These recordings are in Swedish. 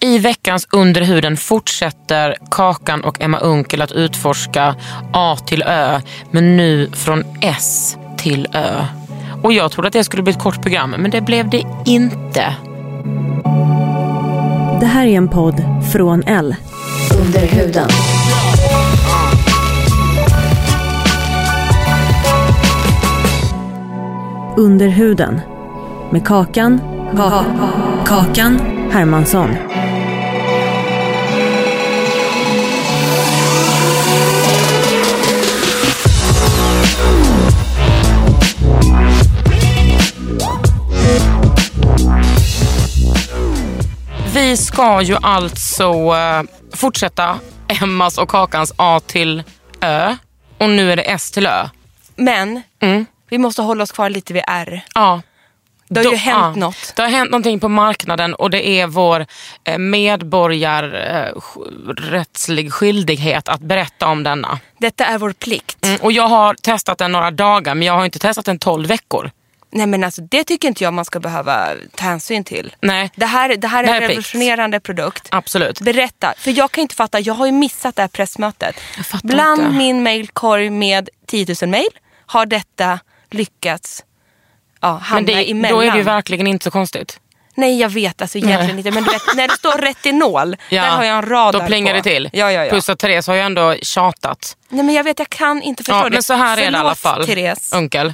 I veckans Under huden fortsätter Kakan och Emma Unkel att utforska A till Ö, men nu från S till Ö. Och jag trodde att det skulle bli ett kort program, men det blev det inte. Det här är en podd från L. Under huden. Under huden. Med Kakan. Ka- kakan. Hermansson. Vi ska ju alltså eh, fortsätta Emmas och Kakans A till Ö och nu är det S till Ö. Men Mm. vi måste hålla oss kvar lite vid R. Ja. Det har Då- ju hänt ja. något. Det har hänt någonting på marknaden och det är vår eh, medborgarrättslig skyldighet att berätta om denna. Detta är vår plikt. Mm, och jag har testat den några dagar men jag har inte testat den 12 veckor. Nej men alltså det tycker inte jag man ska behöva ta hänsyn till. Nej. Det här, det här är Det här en är plikt. revolutionerande produkt. Absolut. Berätta, för jag kan inte fatta, jag har ju missat det här pressmötet. Jag fattar Bland inte. min mailkorg med 10 000 mail har detta lyckats ja, Men hamna det, emellan. då är det ju verkligen inte så konstigt. Nej jag vet alltså egentligen Nej. inte men du vet, när det står retinol, där har jag en radar Då plingar på. det till. Ja, ja, ja. Plus att Therese har ju ändå tjatat. Nej men jag vet, jag kan inte förstå Ja, det. men så här är det i alla fall. Therese. Unkel.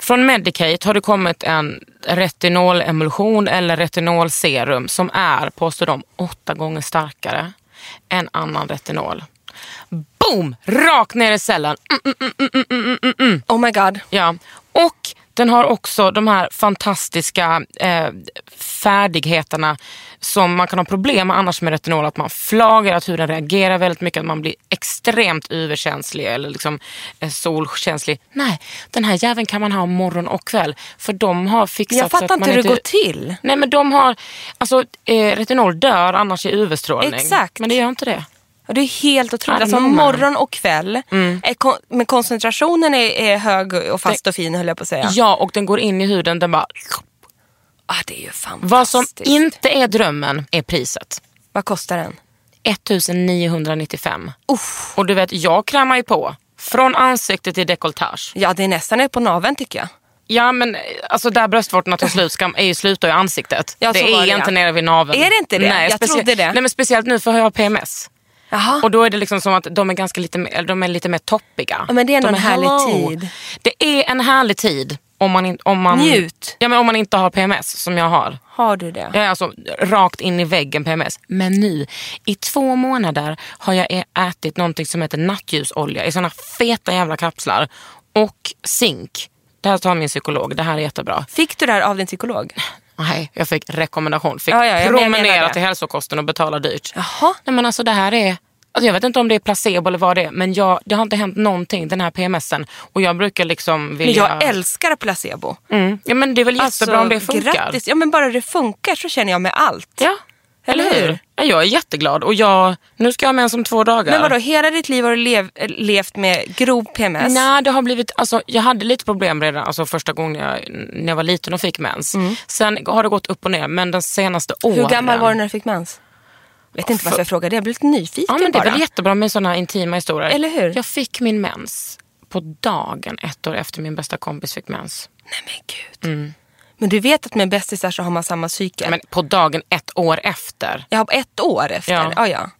Från Medicate har det kommit en retinolemulsion eller retinolserum som är, påstår de, åtta gånger starkare än annan retinol. Boom! Rakt ner i cellen. Mm, mm, mm, mm, mm, mm, mm, mm. Oh my god. Ja. Och den har också de här fantastiska eh, färdigheterna som man kan ha problem med annars med retinol. Att man flagar, att huden reagerar väldigt mycket, att man blir extremt överkänslig eller liksom eh, solkänslig. Nej, den här jäveln kan man ha morgon och kväll. För de har fixat Men så jag fattar att inte man typ hur det går till. Nej men de har, alltså eh, retinol dör annars i UV-strålning. Exakt. Men det gör inte det. Och det är helt otroligt. I Alltså, know, man. morgon och kväll. Mm. Är kon- men koncentrationen är, är hög och fast och fin höll jag på att säga. Ja. och den går in i huden, den bara... Ah, det är ju fantastiskt. Vad som inte är drömmen är priset. Vad kostar den? 1995. Uff. Och du vet, jag kramar ju på. Från ansikte till dekolletage. Ja det är nästan ner på naveln tycker jag. Ja men eh, alltså där bröstvårtorna tar slut ska, är ju, slutar ju ansiktet. Ja, det så var är det, ja. inte nere vid naveln. Är det inte det? Nej, Jag specie- trodde det. Nej men speciellt nu för jag har PMS. Jaha. Och då är det liksom som att de är, ganska lite, mer- de är lite mer toppiga. Ja, men det är ändå de en härlig hello. tid. Det är en härlig tid. Om man, in, om man, Njut. Ja, men om man inte har PMS som jag har. Har du det? Jag är alltså rakt in i väggen PMS. Men nu, i två månader har jag ä- ätit någonting som heter nattljusolja i såna feta jävla kapslar. Och zink. Det här tar min psykolog, det här är jättebra. Fick du det här av din psykolog? Nej, jag fick rekommendation. Fick Ja, ja, ja, men jag menar promenera det. till hälsokosten och betala dyrt. Jaha. Nej, men alltså det här är... Alltså jag vet inte om det är placebo eller vad det är, men jag, det har inte hänt någonting den här PMSen. Och jag brukar liksom Men vilja... jag älskar placebo. mm. ja, men Det är väl jättebra om det funkar. Grattis. Ja men bara det funkar så känner jag med allt. Ja, eller Eller hur? hur? Ja, jag är jätteglad och jag, nu ska jag ha mens om två dagar. Men vadå, hela ditt liv har du lev, äh, levt med grov PMS? Nej, det har blivit, alltså, jag hade lite problem redan alltså, första gången jag, när jag var liten och fick mens. Sen har det gått upp och ner, men de senaste åren. Mm. Hur gammal var du när du fick mens? vet inte varför jag frågar det, jag blir lite nyfiken Ja, men det är bara. väl jättebra med sådana intima historier. Eller hur? Jag fick min mens på dagen ett år efter min bästa kompis fick mens. Nej men gud. Mm. Men du vet att med bästisar så har man samma psyke. Men på dagen ett år efter. Jag har ett år efter. Ja. Ja. Ja,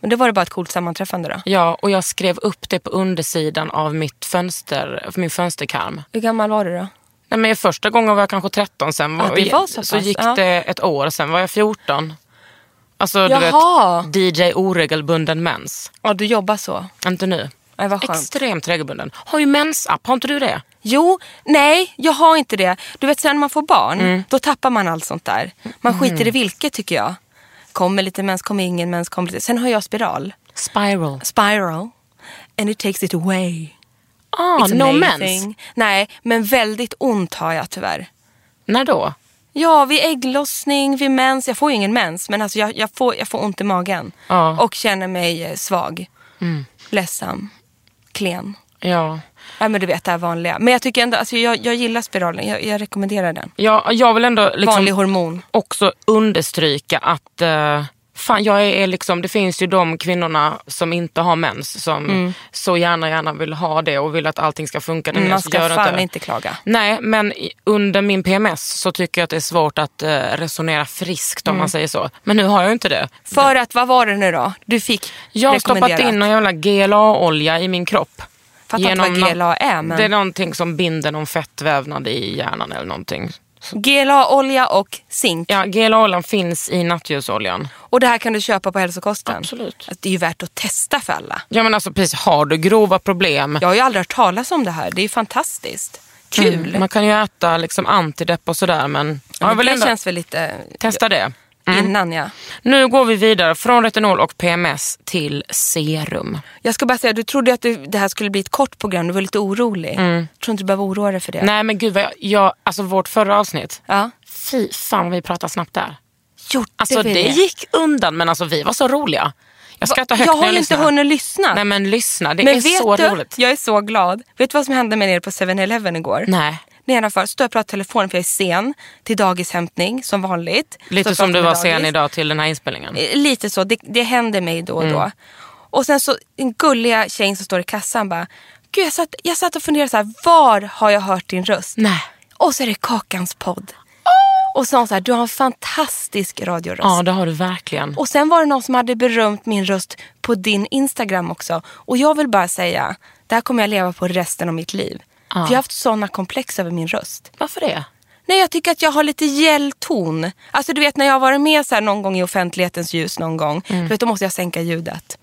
Men då var det bara ett coolt sammanträffande då. Ja, och jag skrev upp det på undersidan av mitt fönster, min fönsterkarm. Hur gammal var du då? Nej, men första gången var jag kanske 13, sen var, Ja, det var så pass, gick ja. det ett år, sen var jag 14. Alltså Jaha. du vet, DJ oregelbunden mens. Ja, du jobbar så. Inte nu. Ja, vad skönt. Extremt regelbunden. Har ju mensapp, har inte du det? Jo, nej, jag har inte det. Du vet sen när man får barn, Mm. då tappar man allt sånt där. Man skiter i vilket tycker jag. Kommer lite mens, kommer ingen mens, kommer lite. Sen har jag spiral. Spiral. Spiral. And it takes it away. Ah, It's no amazing. mens. Nej, men väldigt ont har jag tyvärr. När då? Ja, vid ägglossning, vid mens. Jag får ju ingen mens, men alltså jag, jag, får, jag får ont i magen. Ja. Mm. Och känner mig eh, svag, ledsam, klen. Ja. Ja, men du vet det här vanliga. Men jag tycker ändå, alltså jag, jag gillar spiralen. Jag, jag rekommenderar den. ja. Jag vill ändå Vanlig liksom hormon. också understryka att eh, fan, jag är, är liksom, det finns ju de kvinnorna som inte har mens som Mm. så gärna gärna vill ha det och vill att allting ska funka. Den Man är så gör ska det fan inte klaga. Nej, men i- under min PMS så tycker jag att det är svårt att eh, resonera friskt om Mm. man säger så. Men nu har jag ju inte det. För att, vad var det nu då? Du fick Jag har rekommenderat. stoppat in någon jävla GLA-olja i min kropp. Fattar inte vad Genom- GLA är, men- Det är någonting som binder någon fettvävnad i hjärnan eller någonting. GLA-olja och zink. Ja, GLA-oljan finns i nattljusoljan. Och det här kan du köpa på hälsokosten. Absolut. Alltså, det är ju värt att testa för alla. Ja men alltså precis, har du grova problem. Jag har ju aldrig hört talas om det här. Det är ju fantastiskt. Kul. Mm. Man kan ju äta liksom antidepp och sådär men Ja, jag men vill det ändå känns väl lite testa det. innan ja. Nu går vi vidare från retinol och PMS till serum. Jag ska bara säga, du trodde att det, det här skulle bli ett kort program. Du var lite orolig. Jag tror inte du behöver oroa dig för det. Nej men gud, vad jag, jag, alltså vårt förra avsnitt, Ja. fy fan vad vi pratade snabbt där. Gjorde Alltså det, vi det? gick undan men alltså vi var så roliga. Jag skrattar högt jag när har jag ju inte lyssnar. hunnit lyssna. Nej men lyssna, det Men är vet så du, roligt. jag är så glad. Vet du vad som hände mig nere på 7-Eleven igår? Nej, Nej, i alla fall. Står jag och pratar i telefon för jag är sen till dagishämtning som vanligt. Står lite och som du pratar var med sen dagis. idag till den här inspelningen. Eh, Lite så, det, det händer mig då och då. Och sen så den gulliga tjejen som står i kassan bara, gud jag satt, jag satt och funderade så här, var har jag hört din röst? Nej. Och så är det Kakans podd. Och så sa hon så här, du har en fantastisk radioröst. Ja det har du verkligen. Och sen var det någon som hade berömt min röst på din Instagram också. Och jag vill bara säga, det här kommer jag leva på resten av mitt liv. För jag har haft sådana komplex över min röst. Varför det? Nej, jag tycker att jag har lite gäll ton. Alltså du vet när jag har varit med så här någon gång i offentlighetens ljus någon gång. Du vet, då måste jag sänka ljudet.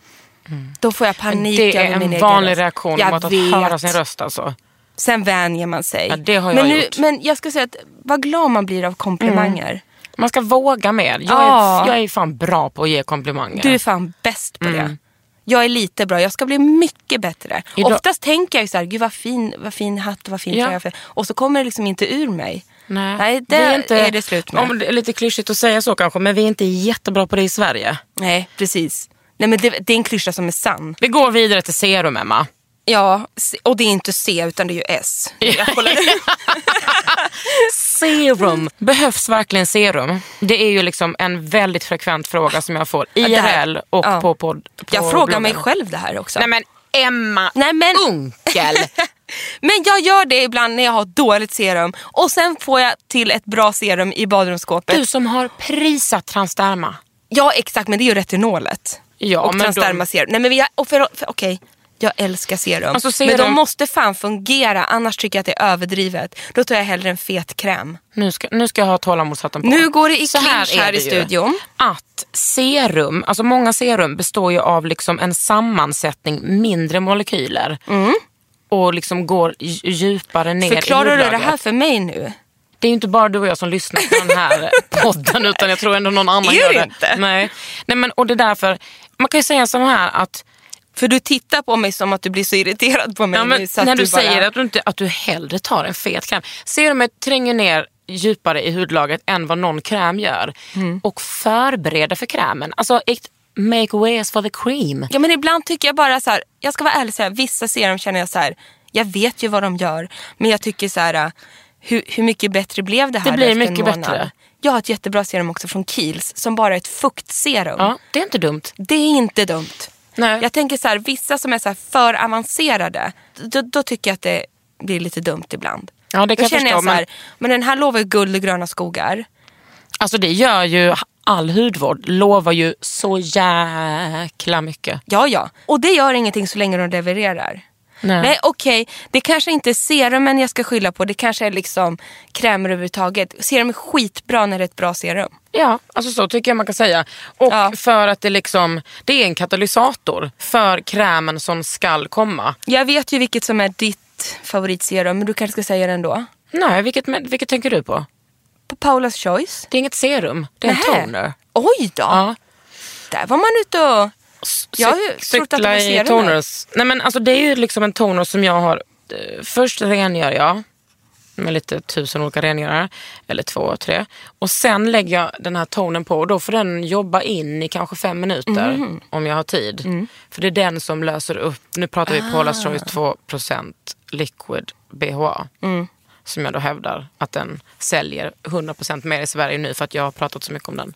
Då får jag panik Mm. Det är över min en egen vanlig röst. reaktion jag mot att vet. höra sin röst alltså. Sen vänjer man sig. Ja, det har men, jag gjort. Mm. men jag ska säga att vad glad man blir av komplimanger. Man ska våga mer. Jag, Ja. är, jag är fan bra på att ge komplimanger. Du är fan bäst på det. Jag är lite bra, jag ska bli mycket bättre. Mm. Idag- Oftast tänker jag ju så här, gud vad fin, vad fin hatt och vad fin Ja. tröja. Och så kommer det liksom inte ur mig. Nej, det är, det slut med. Om det är lite klyschigt att säga så kanske, men vi är inte jättebra på det i Sverige. Nej, precis. Nej, men det, det är en klyscha som är sann. Vi går vidare till serum, Emma. Ja, s- och det är inte C utan det är ju S. Jag kollade. Serum. Behövs verkligen serum? Det är ju liksom en väldigt frekvent fråga som jag får det här- IRL och ja. på podd. På jag frågar mig bloggen. själv det här också. Nej men Emma Nej, men- Unkel. Men jag gör det ibland när jag har dåligt serum och sen får jag till ett bra serum i badrumsskåpet. Du som har prisat Transderma. Ja exakt men det är ju retinolet. Ja, och men de- transderma serum. Nej, men vi har, och för, för, okej, jag älskar serum. Alltså, Men de serum- måste fan fungera annars tycker jag att det är överdrivet. Då tar jag hellre en fet kräm. Nu ska, nu ska jag ha tålamodshatten på. Nu går det i Så här clinch är här det i ju. studion. Att serum, alltså många serum består ju av liksom en sammansättning mindre molekyler. Och liksom går dj- djupare ner i Mm. Förklarar du det hudlagret. här för mig nu? Det är ju inte bara du och jag som lyssnar på den här podden utan jag tror ändå någon annan Är gör det det. inte? Nej. Nej, men, och det är därför, man kan ju säga så här att För du tittar på mig som att du blir så irriterad på mig Ja, men nu. Så att när du, bara, säger att, du inte, att du hellre tar en fet kräm. Serumet tränger ner djupare i hudlagret än vad någon kräm gör och förbereder för krämen. Alltså it make ways for the cream. Ja men ibland tycker jag bara så här, jag ska vara ärlig, så här, vissa serum känner jag så här, jag vet ju vad de gör men jag tycker så här, hur, hur mycket bättre blev det här Det blir efter en mycket månad? bättre. Jag har ett jättebra serum också från Kiehl's som bara är ett fuktserum. Ja, det är inte dumt. Det är inte dumt. Nej. Jag tänker så här, vissa som är så här för avancerade, då, då tycker jag att det blir lite dumt ibland. Ja, det kan Då jag känner förstå, jag så här, men- men... den här lovar ju guld och gröna skogar. Alltså det gör ju all hudvård. Lovar ju så jäkla mycket. Ja, ja. Och det gör ingenting så länge de levererar. Nej. Nej, okej. Det kanske inte är serumen jag ska skylla på. Det kanske är liksom krämer överhuvudtaget. Serum är skitbra när det är ett bra serum. Ja, alltså så tycker jag man kan säga. Och Ja. för att det liksom, det är en katalysator för krämen som skall komma. Jag vet ju vilket som är ditt favoritserum, men du kanske ska säga det ändå. Nej, vilket, men- vilket tänker du på? På Paula's Choice. Det är inget serum, det är en Nähä. toner. Oj då! Ja. Där var man ute och... C- Jag har ju trott att det var i serumet. toners. Nej men alltså det är ju liksom en toner som jag har, eh, först rengör jag med lite tusen olika rengörare, eller två, tre. Och sen lägger jag den här tonen på och då får den jobba in i kanske fem minuter Mhm. om jag har tid. Mm. För det är den som löser upp, nu pratar vi Ah. Paula's Choice 2% liquid BHA. Mm. Som jag då hävdar att den säljer 100% mer i Sverige nu för att jag har pratat så mycket om den.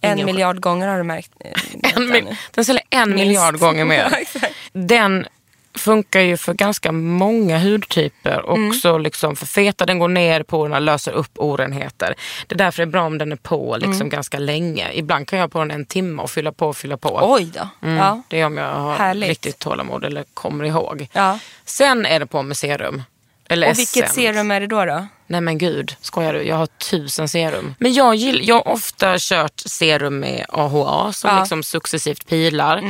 En Ingen- miljard gånger har du märkt. eh, nämnt en den. mil- den säljer en miljard gånger Ja, mer. exakt. Den funkar ju för ganska många hudtyper. Mm. Också liksom för feta, den går ner på porerna, löser upp orenheter. Det är därför det är bra om den är på Mm. liksom ganska länge. Ibland kan jag ha på den en timme och fylla på och fylla på. Oj då. Mm, Ja. Det är om jag har Härligt. riktigt tålamod eller kommer ihåg. Ja. Sen är det på med serum. Eller Och vilket essens. serum är det då? då? Nej men gud, skojar du? Jag har tusen serum. Men jag, gill, jag har ofta kört serum med AHA som Ja. Mm. liksom successivt pilar.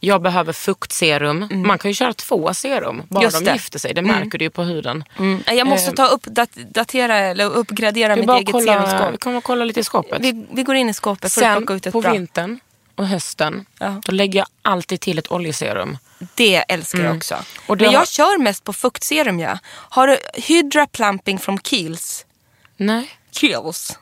Jag behöver fuktserum. Man kan ju köra två serum, bara Just de det. Mm. gifter sig. Det märker du ju på huden. Nej, Jag måste ta upp, dat- datera eller uppgradera Vi, Mm. mitt Eh. bara eget kolla, vi serumskåp. kommer kolla lite i skåpet. Vi, vi går in i skåpet för att Sen plocka ut ett på bra. vintern och hösten, Ja. då lägger jag alltid till ett oljeserum. Det älskar jag också. Mm. Och det Men jag har- kör mest på fuktserum. Ja. Har du Hydra Plumping från Kiehl's? Nej, Kiehl's?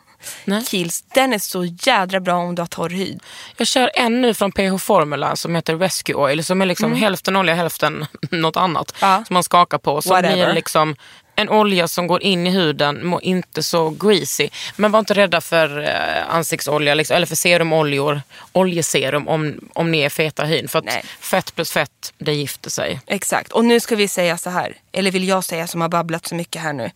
Nej. Kiehl's. Den är så jädra bra om du har torr hy. jag kör en nu från PH Formula som heter Rescue Oil som är liksom hälften olja, hälften något annat Mm. Ja. som man skakar på. Som Whatever. blir det liksom en olja som går in i huden, må inte så greasy. Men var inte rädda för eh, ansiktsolja liksom, eller för serumoljor, oljeserum om, om ni är feta i hyn. För att Nej. fett plus fett, det gifter sig. Exakt. Och nu ska vi säga så här, eller vill jag säga som har babblat så mycket här nu,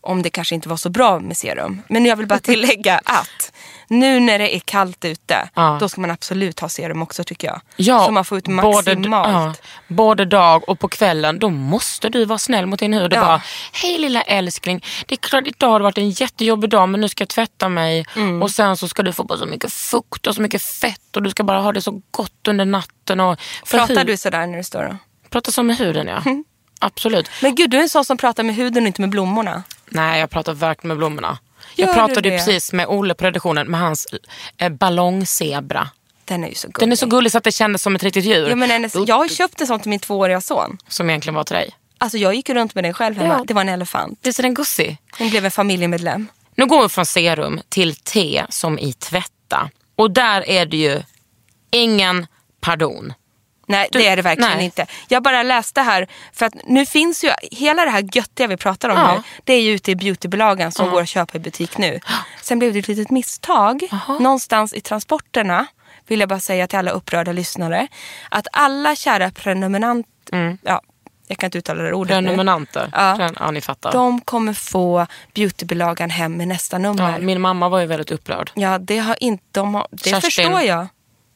om det kanske inte var så bra med serum. Men jag vill bara tillägga att nu när det är kallt ute, Ja. då ska man absolut ha serum också tycker jag. Ja, så man får ut både- maximalt. ja, både dag och på kvällen, då måste du vara snäll mot din hud och Ja. bara, hej lilla älskling, det är klart idag har det varit en jättejobbig dag men nu ska jag tvätta mig Mm. och sen så ska du få på så mycket fukt och så mycket fett och du ska bara ha det så gott under natten. Och för Pratar hud- du Mm. sådär när du står då? Prata som med huden ja. Absolut. Men gud, du är en sån som pratar med huden och inte med blommorna. Nej, jag pratar verkligen med blommorna. Jag Gör du pratade ju det? precis med Olle på redaktionen med hans eh, ballongzebra. Den är ju så gullig. Den är så gullig så att det kändes som ett riktigt djur. Ja, men hennes, jag har ju köpt en sån till min tvååriga son. Som egentligen var till dig. Alltså jag gick ju runt med den själv hemma. Ja. Det var en elefant. Visst är den gussig? Den blev en familjemedlem. Nu går vi från serum till te som i tvätta. Och där är det ju ingen pardon. Nej, Du- det är det verkligen nej. inte. Jag bara läste här, för att nu finns ju hela det här göttiga vi pratar om Ja. här, det är ju ute i beautybilagan som går att köpa i butik nu. Sen blev det ett litet misstag någonstans i transporterna, vill jag bara säga till alla upprörda lyssnare, att alla kära prenumerant... Ja, jag kan inte uttala det ordet Mm. Prenumeranter. Ja. Ja. ja, ni fattar. nu. De kommer få beautybilagan hem i nästa nummer. ja, min mamma var ju väldigt upprörd. Ja, det har inte... De har, det Kerstin, förstår jag.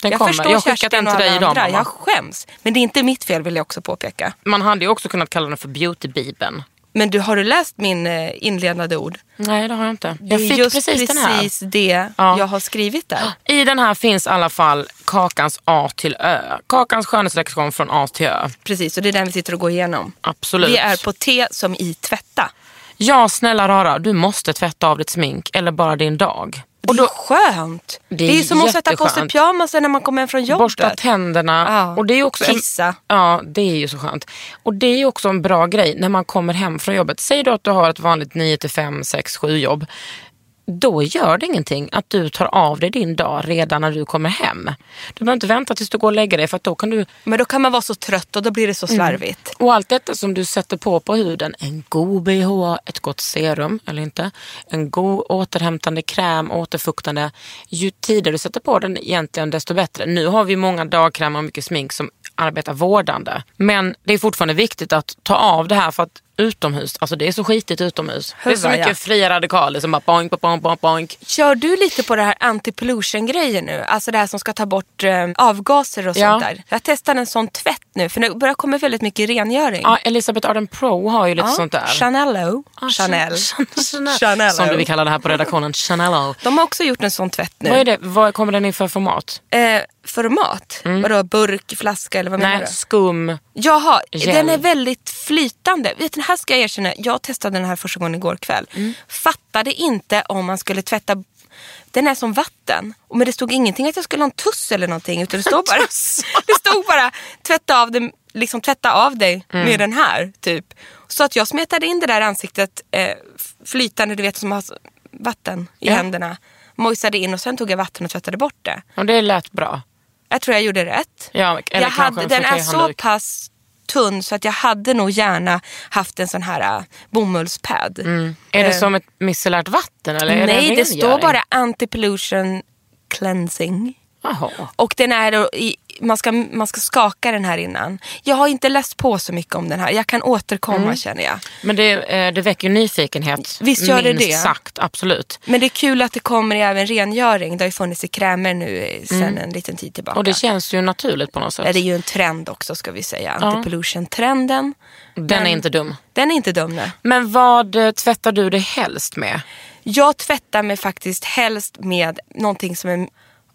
Den jag kommer. förstår jag har skickat Kerstin den och till dig alla idag andra. mamma. Jag skäms. Men det är inte mitt fel vill jag också påpeka. Man hade ju också kunnat kalla den för beautybibeln. Men du, har du läst min eh, inledande ord? Nej, det har jag inte. Det Jag är fick just precis, den här. precis det Ja. jag har skrivit där. I den här finns i alla fall Kakans A till Ö. Kakans skönhetslexikon från A till Ö. Precis, och det är den vi sitter och går igenom. Absolut. Vi är på T som i tvätta. Ja, snälla rara, du måste tvätta av ditt smink eller bara din dag. Och då, det är skönt. Det är, ju som att sätta på sig jätteskönt. pyjamasen när man kommer hem från jobbet. Borsta tänderna. Ja. Och det är också Kissa. ja, det är ju så skönt. Och det är ju också en bra grej när man kommer hem från jobbet. Säg då att du har ett vanligt 9 till 5, 6, 7 jobb. Då gör det ingenting att du tar av dig din dag redan när du kommer hem. Du behöver inte vänta tills du går och lägger dig för att då kan du... Men då kan man vara så trött och då blir det Mm. så slarvigt. Och allt detta som du sätter på på huden, en god bh, ett gott serum eller inte, en god återhämtande kräm, återfuktande. Ju tidigare du sätter på den egentligen desto bättre. Nu har vi många dagkrämer och mycket smink som arbetar vårdande. Men det är fortfarande viktigt att ta av det här för att utomhus. Alltså det är så skitigt utomhus. det är så Huva, mycket ja. fria radikaler som bara boink, boink, boink, boink. Kör du lite på det här anti-pollution grejen nu? Alltså det här som ska ta bort eh, avgaser och Ja. sånt där. Jag testar en sån tvätt nu för det börjar komma väldigt mycket rengöring. Ja, Elisabeth Arden Pro har ju lite Ja, sånt där. Chanello. Ah, Chanel. Chan- Chanel. Chanello. Som vi kallar det här på redaktionen, Chanello. De har också gjort en sån tvätt nu. Vad är det? Vad kommer den i för format? Eh, format? Vadå burk, flaska eller vad menar Mm. Nej, du? skum. Jaha, Gel. den är väldigt flytande. Vet ni, här ska jag erkänna, jag testade den här första gången igår kväll. Mm. Fattade inte om man skulle tvätta den är som vatten. Och Men det stod ingenting att jag skulle ha en tuss eller någonting. Utan det stod bara, det stod bara tvätta, av dig, liksom, tvätta av dig Mm. med den här. typ. Så att jag smetade in det där ansiktet eh, f- flytande, du vet som har s- vatten i Ja. händerna. Mojsade in och sen tog jag vatten och tvättade bort det. Ja, det lät bra. Jag tror jag gjorde rätt. Ja, eller jag kanske hade, en den är så frottéhandduk. pass tunn så att jag hade nog gärna haft en sån här äh, bomullspad. Är det som ett micellärt vatten? Mm. Eller är det, Mm. Eh. Nej, en det står rengöring? bara anti-pollution cleansing. Jaha. Och den är då i, man, ska, man ska skaka den här innan. Jag har inte läst på så mycket om den här. Jag kan återkomma Mm. känner jag. Men det, eh, det väcker ju nyfikenhet. Visst gör det minst det? sagt, absolut. Men det är kul att det kommer även rengöring. Det har ju funnits i krämer nu eh, sedan en liten tid tillbaka. Mm. Och det känns ju naturligt på något sätt. Ja, det är ju en trend också ska vi säga. Anti-pollution-trenden. Den är inte dum. Den är inte dum nej. Men vad eh, tvättar du dig helst med? Jag tvättar mig faktiskt helst med någonting som är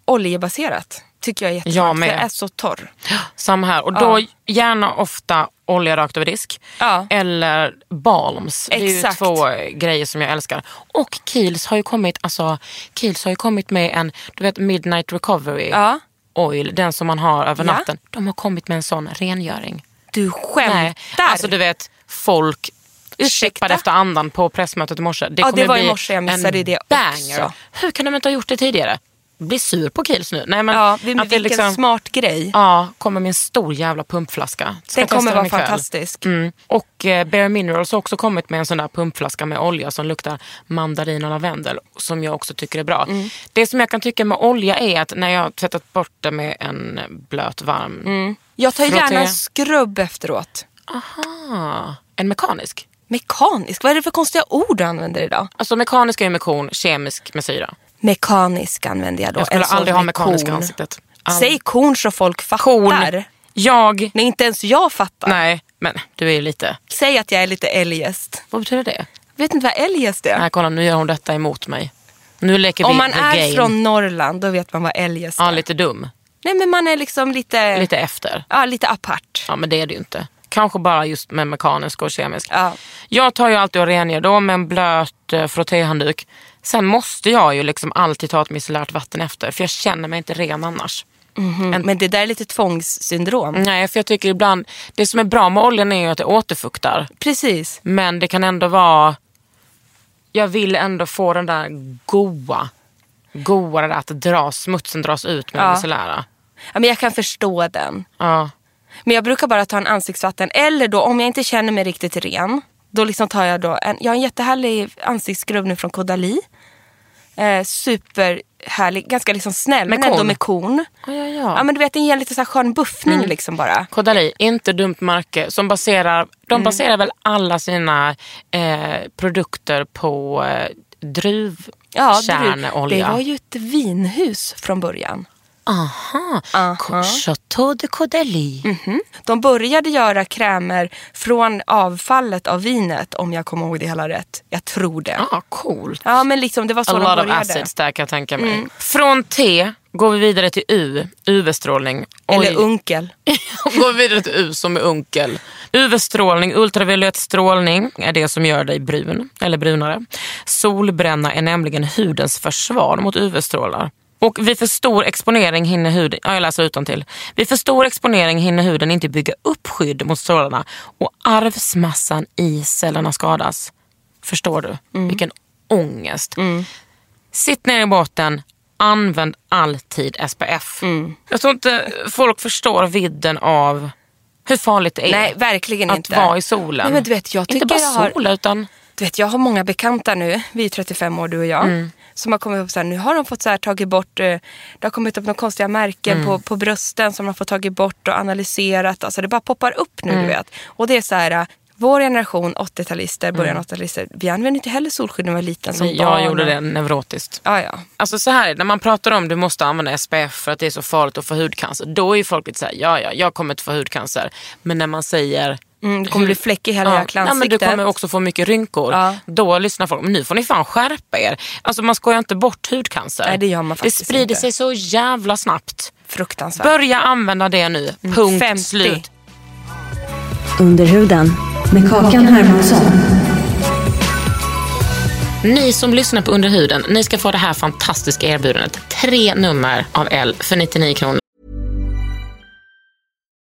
oljebaserat. Tycker jag är jättebra. Jag för med. Jag är så torr. Samma här. Och då gärna ofta olja rakt över disk. Ja. Eller balms. Det är ju Exakt. två eh, grejer som jag älskar. Och Kiehl's har ju kommit, alltså, Kiehl's har ju kommit med en du vet, midnight recovery Ja. oil. Den som man har över Ja. natten. De har kommit med en sån rengöring. Du skämtar. Nej, alltså du vet folk Ursäkta? kippade efter andan på pressmötet i morse. Ja, kommer det var bli i morse, jag missade en det också. banger. Hur kan de inte ha gjort det tidigare? Bli sur på Kiehl's nu. Nej, men ja, vi- att det liksom- vilken smart grej. Ja, kommer med en stor jävla pumpflaska. Ska den testa kommer vara ikväll. fantastisk. Mm. Och eh, Bare Minerals har också kommit med en sån där pumpflaska med olja som luktar mandarin och lavendel som jag också tycker är bra. Mm. Det som jag kan tycka med olja är att när jag har tvättat bort det med en blöt varm... Jag tar Frotté. gärna en skrubb efteråt. Aha, en mekanisk. Mekanisk, vad är det för konstiga ord du använder idag? Alltså mekanisk är ju med korn, kemisk med syra. Mekanisk använder jag då. Jag skulle En sån aldrig ha med mekanisk i korn. ansiktet. All- Säg korn så folk fattar. Korn. Jag. Nej, inte ens jag fattar. Nej, men du är ju lite... Säg att jag är lite eljest. Vad betyder det? Vet inte vad eljest är? Nej, Äh, kolla nu gör hon detta emot mig. Nu leker vi Om man the är game. från Norrland då vet man vad eljest Ja, är. lite dum. Nej men man är liksom lite, Lite efter. Ja, lite apart. Ja, men det är det ju inte. Kanske bara just med mekanisk och kemisk. Ja. Jag tar ju alltid och rengör då med en blöt eh, frottéhandduk. Sen måste jag ju liksom alltid ta ett micellärt vatten efter för jag känner mig inte ren annars. Mhm. Men det där är lite tvångssyndrom. Nej, för jag tycker ibland, det som är bra med oljan är ju att det återfuktar. Precis. Men det kan ändå vara... Jag vill ändå få den där goa, goa det där att dra, smutsen dras ut med Ja. det micellära. Ja, men jag kan förstå den. Ja. Men jag brukar bara ta en ansiktsvatten. Eller då om jag inte känner mig riktigt ren. Då liksom tar jag då en, jag har en jättehärlig ansiktsskrubb nu från Kodali. Eh, superhärlig, ganska liksom snäll Med men ändå korn? med korn. Ja, ja, ja. Mm. Ja men du vet den ger en lite så här skön buffning liksom bara. Kodali, inte dumt märke. Som baserar, Mm. de baserar väl alla sina eh, produkter på eh, Ja, druvkärneolja. du, det var ju ett vinhus från början. Aha, Ko- Chateau de Kodali. Mm-hmm. De började göra krämer från avfallet av vinet om jag kommer ihåg det hela rätt. Jag tror det. Ah, coolt. Ja men liksom det var så A de lot of började. Mm. acids där kan jag tänka mig. Från T går vi vidare till U, UV-strålning. Oj. Eller unkel. går vi vidare till U som är unkel. UV-strålning, ultraviolett strålning är det som gör dig brun eller brunare. Solbränna är nämligen hudens försvar mot UV-strålar. Och vid för stor exponering hinner huden, ja, jag läser utantill. Vid för stor exponering hinner huden inte bygga upp skydd mot strålarna och arvsmassan i cellerna skadas. Förstår du? Vilken ångest. Sitt ner i båten. Använd alltid SPF. Mm. Jag tror inte folk förstår vidden av hur farligt det är Nej verkligen att inte. vara i solen. Nej, men du vet, jag inte tycker bara jag har- solen utan Du vet jag har många bekanta nu, vi är 35 år du och jag. Mm. Som har kommit upp så här, nu har de fått så här, tagit bort, eh, det har kommit upp några konstiga märken Mm. på, på Mm. brösten som de har fått tagit bort och analyserat. Alltså det bara poppar upp nu du vet. Och det är så här, eh, Vår generation 80-talister, början 80-talister, vi använde inte heller solskydd när vi var liten som Mm. jag barn. gjorde det neurotiskt. Ja, ja. Alltså så här är det, när man pratar om du måste använda SPF för att det är så farligt att få hudcancer. Då är ju folk lite såhär, ja ja, jag kommer inte få hudcancer. Men när man säger Mm, det kommer bli fläck i hela Ja, jäkla nej, men du ansiktet. kommer också få mycket rynkor. Ja. Då lyssnar folk, men nu får ni fan skärpa er. Alltså man skojar inte bort hudcancer. Nej, det gör man Det faktiskt sprider inte. sig så jävla snabbt. Fruktansvärt. Börja använda det nu. Punkt 50. slut. Under huden med Kakan Hermansson. Ni som lyssnar på Under huden, ni ska få det här fantastiska erbjudandet. Tre nummer av L för 99 kronor.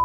a-"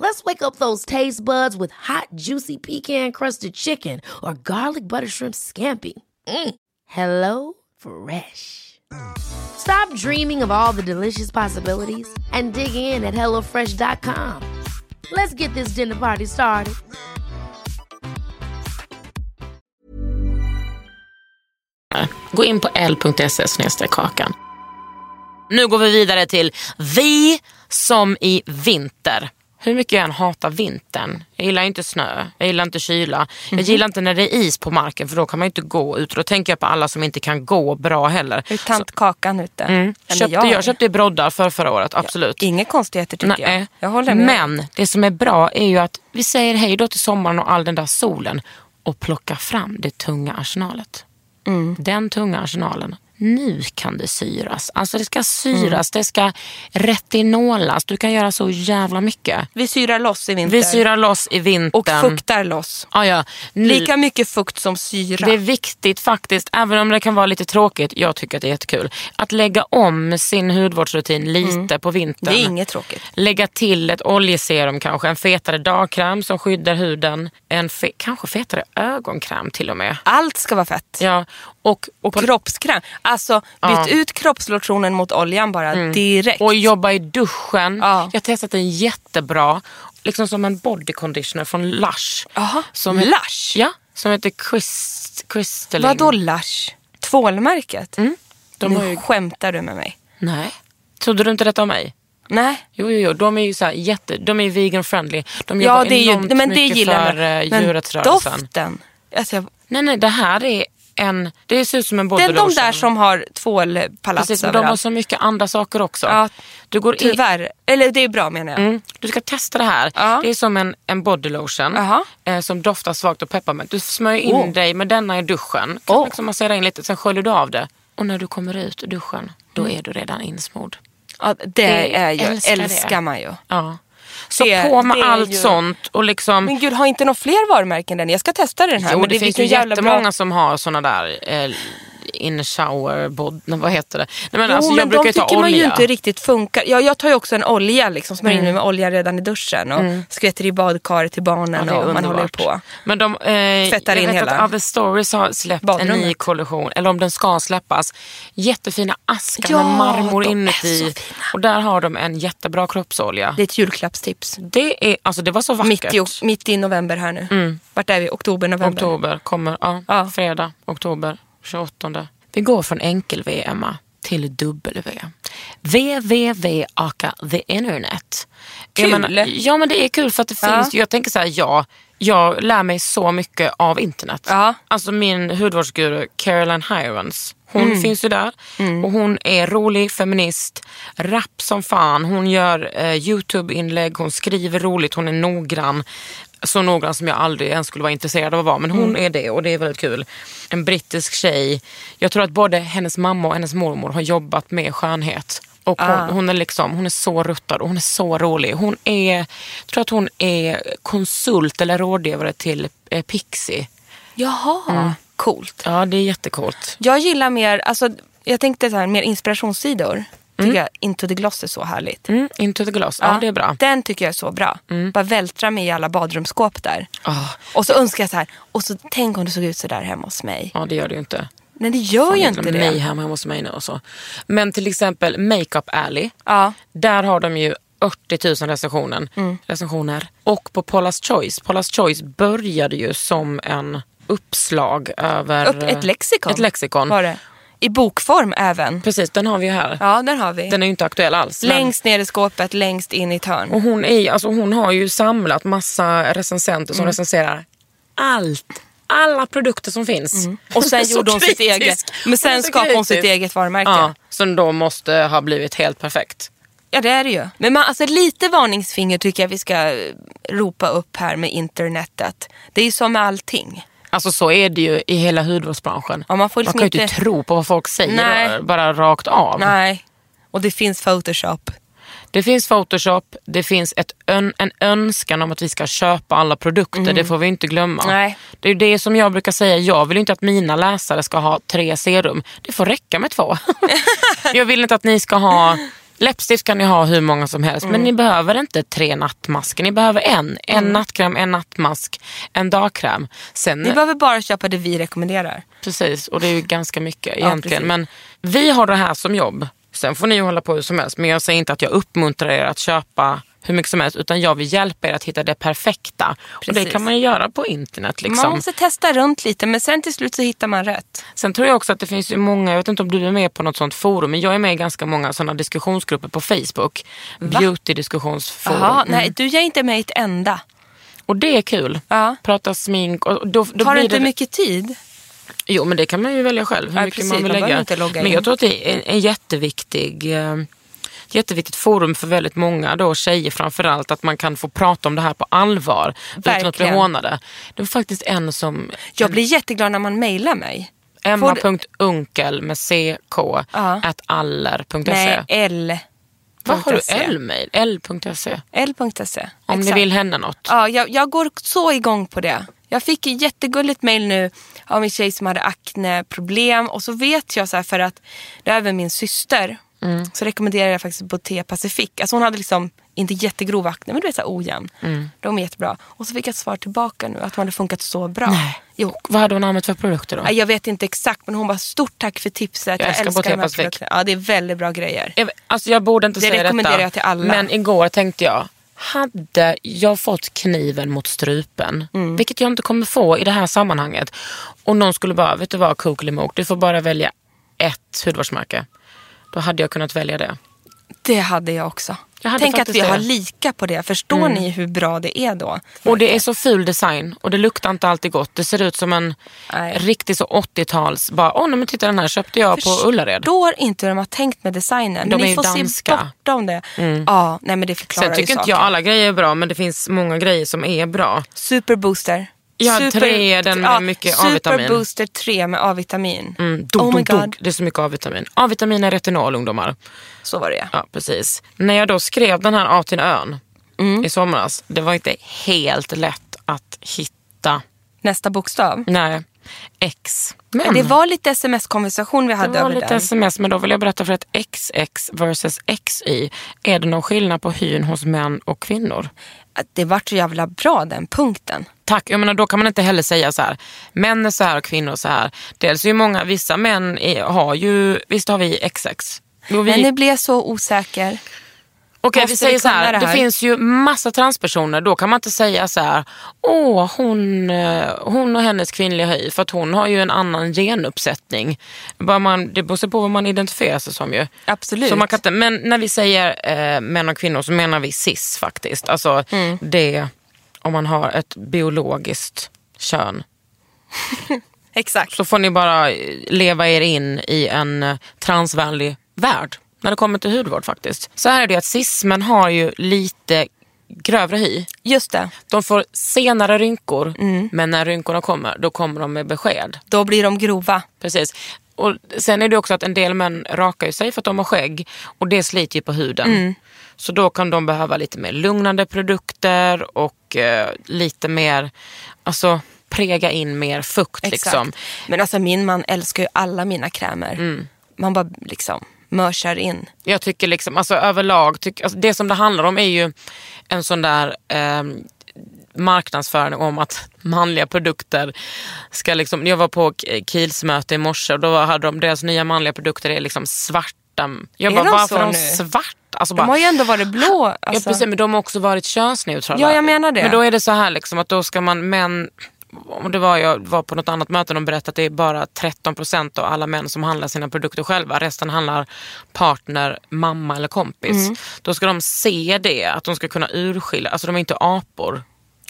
Let's wake up those taste buds with hot, juicy pecan crusted chicken or garlic butter shrimp scampi. Mm. Hello Fresh. Stop dreaming of all the delicious possibilities and dig in at HelloFresh.com. Let's get this dinner party started. Gå in på l.se E snedstreck kakan. Nu går vi vidare till vi som i vinter. Hur mycket jag än hatar vintern. Jag gillar inte snö, jag gillar inte kyla. Jag gillar inte när det är is på marken för då kan man ju inte gå ut. Och Då tänker jag på alla som inte kan gå bra heller. Hur är tant kakan ute? Mm. Eller Köpte, jag köpte broddar för förra året, absolut. Inga konstigheter tycker Nej. jag. Jag håller med. Men det som är bra är ju att vi säger hej då till sommaren och all den där solen och plockar fram det tunga arsenalet. Mm. Den tunga arsenalen. Nu kan det syras. Alltså det ska syras, Mm. det ska retinolas. Du kan göra så jävla mycket. Vi syrar loss i vinter. Vi syrar loss i vintern. och fuktar loss. Ja, ja. Nu- Lika mycket fukt som syra. det är viktigt faktiskt, även om det kan vara lite tråkigt, jag tycker att det är jättekul, att lägga om sin hudvårdsrutin lite på vintern. Mm. Det är inget tråkigt. Lägga till ett oljeserum kanske, en fetare dagkräm som skyddar huden, en fe- kanske fetare ögonkräm till och med. Allt ska vara fett. Ja, och, Och kroppskräm. Alltså byt Ja. Mm. ut kroppslotionen mot oljan bara direkt. och jobba i duschen. Ja. Jag har testat en jättebra, liksom som en body conditioner från Lush. Jaha, Som Lush? Ja, som heter Christ, Crystalline. Vadå Lush? Tvålmärket? Mm. De har nu ju- skämtar du med mig. Nej. Trodde du inte detta om mig? Nej. Jo, jo, jo. De är ju så här jätte, de är vegan friendly. De Ja, jobbar det är ju, enormt men det mycket gillar för eh, jag. Men djurrättsrörelsen. doften. Alltså jag, Nej, nej, det här är en... Det ser ut som en det är bodylotion. de där som har tvålpalats Precis, men de har överallt. så mycket andra saker också. Ja, du går in, Tyvärr. Eller det är bra menar jag. Mm. Du ska testa det här. Ja. Det är som en, en bodylotion Jaha. eh, som doftar svagt och pepparmint. Du smörjer in Oh. dig med denna i duschen. Kan liksom massera in lite, sen sköljer du av det. Mm. Och när du kommer ut ur duschen, då är du redan insmord. Ja, det Det- är ju, älskar älskar, det. Mm. man ju. Ja. Så Det- på med det är allt ju- sånt och liksom... Men gud, har inte någon fler varumärken den? Jag ska testa den här. Jo, men det, finns vilken ju jävla bra- jättemånga som har såna där eh, in shower bod, nej, vad heter det? Nej, men, Jo, alltså, jag men brukar ju de ta tycker man ju olja. Mm. inte riktigt funkar. Ja, jag tar ju också en olja, liksom, smörjer in mig med olja redan i duschen och skvätter i badkaret till Ja, barnen det är och man underbart. håller ju på. Men de, eh, Tvättar jag in vet hela att Other Stories har släppt en badrummet. ny kollektion, eller om den ska släppas. Jättefina askar Ja, med marmor de är inuti. så fina. Och där har de en jättebra kroppsolja. Det är ett julklappstips. Det, är, alltså, det var så vackert. Mm. Mitt i, mitt i november här nu. Vart är vi? Oktober, november? Oktober kommer, ja, Ja. fredag, oktober 28. Vi går från enkel-VM -a till dubbel-VM. VVV aka the internet. Kul. Jag menar, ja men det är kul för att det finns, Ja. ju- jag tänker så här, ja, jag lär mig så mycket av internet. Ja. Alltså min hudvårdsguru Caroline Hirons, hon finns ju där och hon är rolig feminist, rapp som fan, hon gör eh, Youtube-inlägg, hon skriver roligt, hon är noggrann. Så noggrann som jag aldrig ens skulle vara intresserad av att vara men hon är det och det är väldigt kul. En brittisk tjej, jag tror att både hennes mamma och hennes mormor har jobbat med skönhet. Och hon, hon, är liksom, hon är så ruttad och hon är så rolig. Hon är, jag tror att hon är konsult eller rådgivare till eh, Pixie. Jaha. coolt. Ja, det är jättecoolt. Jag gillar mer, alltså, jag tänkte så här, mer inspirationssidor. Tycker jag Into the Gloss är så härligt. Mm, into the glass. Ja, det är bra. Mm. Den tycker jag är så bra. Bara vältra mig i alla badrumsskåp där. Ah, Och så önskar jag så här, och så tänk om det såg ut så där hemma hos mig. ja, det gör det ju inte. Nej det gör ju inte det. Mig hemma hos mig nu och så. Men till exempel Makeup Alley. Ja. Där har de ju 80 000 recensioner. Mm. recensioner. Och på Paula's Choice. Paula's Choice började ju som en uppslag över... Upp, ett lexikon. Ett lexikon. Var det. I bokform även. Precis, den har vi ju här. Ja, den har vi. Den är ju inte aktuell alls. men- Längst ner i skåpet, längst in i ett hörn. Och hon, är, alltså hon har ju samlat massa recensenter som recenserar allt. Alla produkter som finns. Och sen Så gjorde hon sitt kritisk. eget. Men Hon är sen så skapade hon sitt kritisk. eget varumärke. Ja, Ja. som då måste ha blivit helt perfekt. det är det ju. Men man, alltså, lite varningsfinger tycker jag vi ska eh, ropa upp här med internetet. Det är ju som med allting. Alltså så är det ju i hela hudvårdsbranschen. Ja, man får liksom kan ju inte inte- tro på vad folk säger Nej. bara rakt av. Nej. Och det finns photoshop. Det finns photoshop, det finns ett ön, en önskan om att vi ska köpa alla produkter. Det får vi inte glömma. Nej. Det är ju det som jag brukar säga, jag vill ju inte att mina läsare ska ha tre serum. Det får räcka med två. jag vill inte att ni ska ha Läppstift kan ni ha hur många som helst men ni behöver inte tre nattmasker. Ni behöver en. En nattkräm, en nattmask, en dagkräm. Sen, Ni behöver bara köpa det vi rekommenderar. Precis, och det är ju ganska mycket Ja, egentligen. precis. men vi har det här som jobb. Sen får ni ju hålla på hur som helst. Men jag säger inte att jag uppmuntrar er att köpa hur mycket som helst. Utan jag vill hjälpa er att hitta det perfekta. Och det Precis. kan man ju göra på internet. Man Liksom. måste testa runt lite men sen till slut så hittar man rätt. Sen tror jag också att det finns ju många, jag vet inte om du är med på något sånt forum. Men jag är med i ganska många sådana diskussionsgrupper på Facebook. Beauty-diskussionsforum. Jaha, nej du ger inte mig ett enda. Och det är kul. Ja. Prata smink. Och då, då Tar det blir inte mycket tid? Jo men det kan man ju välja själv hur Ja, mycket precis. man vill Man behöver lägga. inte logga men in. jag tror att det är en, en jätteviktig eh, jätteviktigt forum för väldigt många då, tjejer framförallt att man kan få prata om det här på allvar utan att bli Verkligen. hånade. Det var faktiskt en som Jag blir jätteglad när man mejlar mig. Får- Emma.unkel med ck Ja. at aller.se. Nej, L. E. E. Vad har du .se. L-mail? L.se. L.se. Om ni E. Exakt. vill henne något. Ja, jag, jag går så igång på det. Jag fick ett jättegulligt mail nu av min tjej som hade akneproblem och så vet jag så här för att det är även min syster Mm. så rekommenderar jag faktiskt Boté Pacific. Alltså hon hade liksom inte jättegrov akne men du vet så här ojämn. Mm. De är jättebra. Och så fick jag ett svar tillbaka nu att de hade funkat så bra. Nej. Jo. Vad hade hon använt för produkter då? Nej, Jag vet inte exakt men hon bara stort tack för tipset. Jag, älskar älskar Botea de här Pacific. produkterna. Ja det är väldigt bra grejer. Jag, alltså jag borde inte Det säga rekommenderar detta, jag till alla. men igår tänkte jag, hade jag fått kniven mot strupen, Mm. vilket jag inte kommer få i det här sammanhanget, och någon skulle bara, vet du vad Kokelimok, du får bara välja ett hudvårdsmärke. Då hade jag kunnat välja det. Det hade jag också. Jag hade Tänk att vi faktiskt det. Mm. har lika på det. Förstår ni hur bra det är då? Och det är så ful design och det luktar inte alltid gott. Det ser ut som en Nej. riktig så 80-tals, bara, åh nej men titta den här köpte jag på Ullared. förstår inte hur de har tänkt med designen. De men är ju ni får danska. Mm. se bortom det. Ja, nej men det förklarar Sen tycker ju inte saken. jag alla grejer är bra, men det finns många grejer som är bra. Superbooster. Ja, tre är den med mycket A-vitamin. Superbooster 3 med A-vitamin. Mm, dog, oh my dog, god, dog. Det är så mycket A-vitamin. A-vitamin är retinol ungdomar. så var det Ja, precis. När jag då skrev den här A till en ön Mm. i somras, det var inte helt lätt att hitta, Nästa bokstav. nej, X. Men Det var lite sms-konversation vi hade det var över lite den. sms, men då vill jag berätta för att XX versus XY, är det någon skillnad på hyn hos män och kvinnor? Att Det vart så jävla bra den punkten. Tack, jag menar då kan man inte heller säga så här, män är så här och kvinnor är så här. Dels är ju många, vissa män är, har ju, visst har vi XX? Jo, vi- Men nu blir jag så osäker. Okej Måste vi säger vi så kunna här, det det, här? finns ju massa transpersoner. Då kan man inte säga så här, åh hon, eh, hon och hennes kvinnliga hy, för att hon har ju en annan genuppsättning. Bara man, det beror på vad man identifierar sig som ju. Absolut. Så man kan inte, men när vi säger eh, män och kvinnor så menar vi cis faktiskt. Alltså Mm. det, om man har ett biologiskt kön. Exakt. Så får ni bara eh, leva er in i en eh, transvänlig värld när det kommer till hudvård faktiskt. Så här är det ju att cismen har ju lite grövre hy. Just det, De får senare rynkor men när rynkorna kommer då kommer de med besked. då blir de grova. Precis. Och sen är det också att en del män rakar ju sig för att de har skägg och det sliter ju på huden. Så då kan de behöva lite mer lugnande produkter och eh, lite mer alltså, prega in mer fukt. Exakt. Liksom. Mm. Men alltså min man älskar ju alla mina krämer. Man bara liksom mörsar in. Jag tycker liksom, alltså överlag, tyck, alltså, det som det handlar om är ju en sån där eh, marknadsföring om att manliga produkter ska liksom, jag var på K- Kiels-möte i morse och då var- hade de, deras nya manliga produkter är liksom svarta. Jag Är bara, de varför så är de nu? svarta? Alltså, bara, De har ju ändå varit blå. Alltså. Ja, precis, men de har också varit könsneutrala. Ja, jag menar det. Men då är det så här liksom att då ska man män om det var, jag var på något annat möte och de berättade att det är bara 13% av alla män som handlar sina produkter själva. Resten handlar partner, mamma eller kompis. Mm. Då ska de se det, att de ska kunna urskilja, alltså de är inte apor.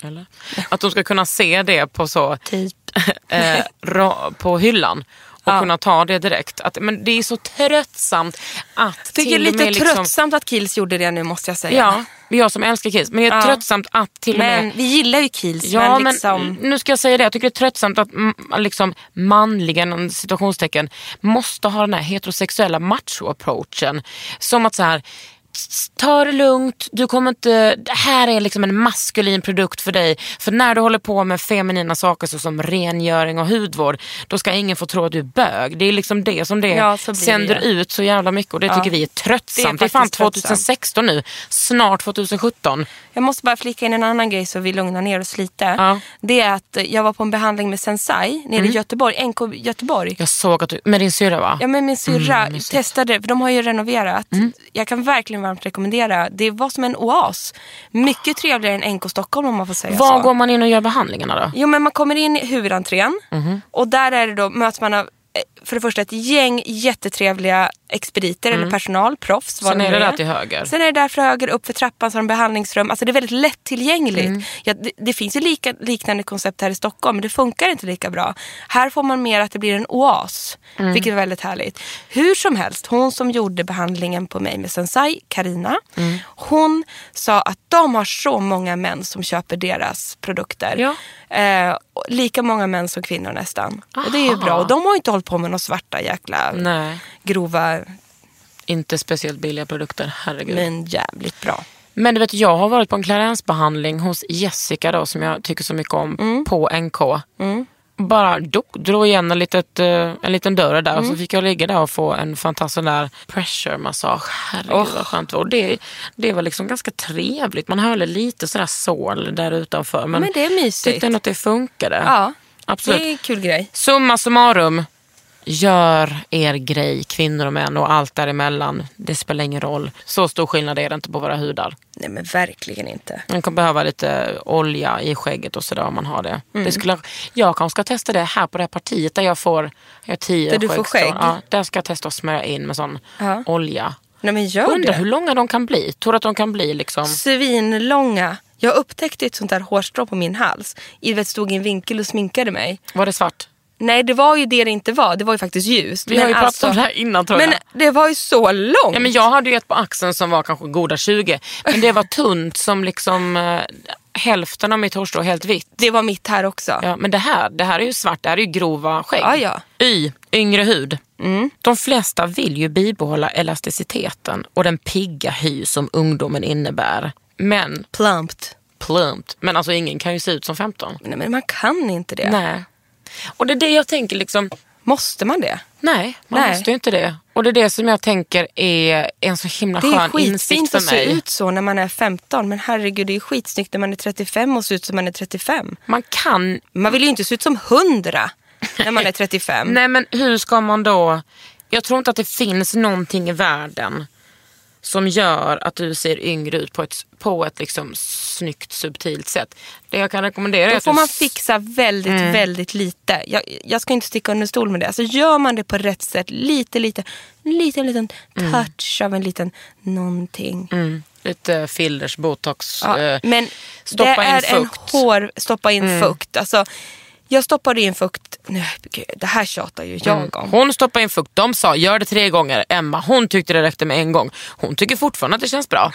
Eller? Att de ska kunna se det på, så, Typ. eh, ra, på hyllan och kunna ta det direkt. Att, men det är så tröttsamt att Tycker det är till och lite med liksom, tröttsamt att Kiehl's gjorde det nu måste jag säga. Ja, men jag som älskar Kiss. Men det är Ja. tröttsamt att till och med... Men vi gillar ju Kiehl's Ja, men men Mm. liksom. nu ska jag säga det. Jag tycker det är tröttsamt att mm, liksom, manligen, inom situationstecken, måste ha den här heterosexuella macho-approachen. Som att så här, "S- ta det lugnt, du kommer inte, det här är liksom en maskulin produkt för dig. För när du håller på med feminina saker såsom rengöring och hudvård, då ska ingen få tro att du är bög. Det är liksom det som det Ja, så blir det sänder ju. ut så jävla mycket och det tycker vi är tröttsamt. Det är, fan faktiskt tröttsamt. 2016 nu, snart 2017. Jag måste bara flika in en annan grej så vi lugnar ner oss lite. Ja. Mm. Det är att jag var på en behandling med Sensai nere i Göteborg, NK Göteborg. Jag såg att du, med din syrra va? Ja men min syrra Mm, testade det, för de har ju renoverat. Jag kan verkligen varmt rekommendera. Det var som en oas. Mycket trevligare än NK Stockholm om man får säga Var så. går man in och gör behandlingarna då? Jo men man kommer in i huvudentrén Mhm. och där är det då, möts man av eh, för det första ett gäng jättetrevliga expediter eller personal, proffs. vad Mm. Sen de är nu det där till höger. Sen är det där för höger, upp för trappan så har de behandlingsrum. Alltså det är väldigt lättillgängligt. Mm. Ja, det, det finns ju lika, liknande koncept här i Stockholm men det funkar inte lika bra. Här får man mer att det blir en oas, Mm. vilket är väldigt härligt. Hur som helst, hon som gjorde behandlingen på mig med Sensai, Karina, Mm. hon sa att de har så många män som köper deras produkter. Ja. Eh, och lika många män som kvinnor nästan. Och det är ju Aha. bra. Och de har ju inte hållit på med några svarta jäkla Nej, grova, inte speciellt billiga produkter. Herregud. Men, men jävligt bra. du vet, jag har varit på en klarensbehandling hos Jessica då, som jag tycker så mycket om, på NK. Mm. Bara dog, drog igen en, litet, eh, en liten dörr där och så fick jag ligga där och få en fantastisk sån där pressure massage. Herregud vad skönt det var. Och det, det var liksom ganska trevligt. Man hörde lite sådär sål där utanför. Men, Men det är mysigt. tyckte ändå att det funkade. Ja, Absolut. det är en kul grej. Summa summarum. Gör er grej, kvinnor och män och allt däremellan. Det spelar ingen roll. Så stor skillnad är det inte på våra hudar. Nej men verkligen inte. Man kan behöva lite olja i skägget och sådär om man har det. Mm. det skulle, jag kanske ska testa det här på det här partiet där jag får jag har tio Där du får skäggstrån. skägg? Ja, där ska jag testa att smörja in med sån Ja. olja. Nej men gör Undrar hur det. långa de kan bli. Tror du att de kan bli liksom... Svinlånga. Jag upptäckte ett sånt där hårstrå på min hals. Ilvet stod i en vinkel och sminkade mig. Var det svart? Nej det var ju det det inte var. Det var ju faktiskt ljust. Vi har ju pratat om det här innan, tror Men jag. det var ju så långt. Ja, men jag hade ju ett på axeln som var kanske goda 20. Men det var tunt som liksom eh, hälften av mitt hårstrå är helt vitt. Det var mitt här också. Ja, men det här, det här är ju svart, det här är ju grova skägg. Ja, ja. Mm. Y, yngre hud. De flesta vill ju bibehålla elasticiteten och den pigga hy som ungdomen innebär. Men, Plumpt. plumpt, men alltså ingen kan ju se ut som 15. Nej men man kan inte det. Nej. Och det är det jag tänker liksom, Måste man det? nej, man Nej. måste ju inte det. Och det är det som jag tänker är en så himla Det är skön insikt skitfint för att se mig. ut så när man är 15 men herregud det är ju skitsnyggt när man är 35 och ser ut som man är 35. Man kan Man vill ju inte se ut som 100 när man är 35. Nej men hur ska man då... Jag tror inte att det finns någonting i världen som gör att du ser yngre ut på ett, på ett liksom snyggt subtilt sätt. Det jag kan rekommendera är Då att får du man s- fixa väldigt, Mm. väldigt lite. Jag, jag ska inte sticka under stol med det. Alltså gör man det på rätt sätt, lite, lite, en liten, liten touch av en liten någonting. mm, lite fillers, botox, Ja, eh, men stoppa det in är en fukt. Mm. hår, stoppa in fukt. Alltså, jag stoppade in fukt, nej, gud, det här tjatar ju jag om. Mm. Hon stoppade in fukt. De sa gör det tre gånger. Emma hon tyckte det räckte med en gång. Hon tycker fortfarande att det känns bra.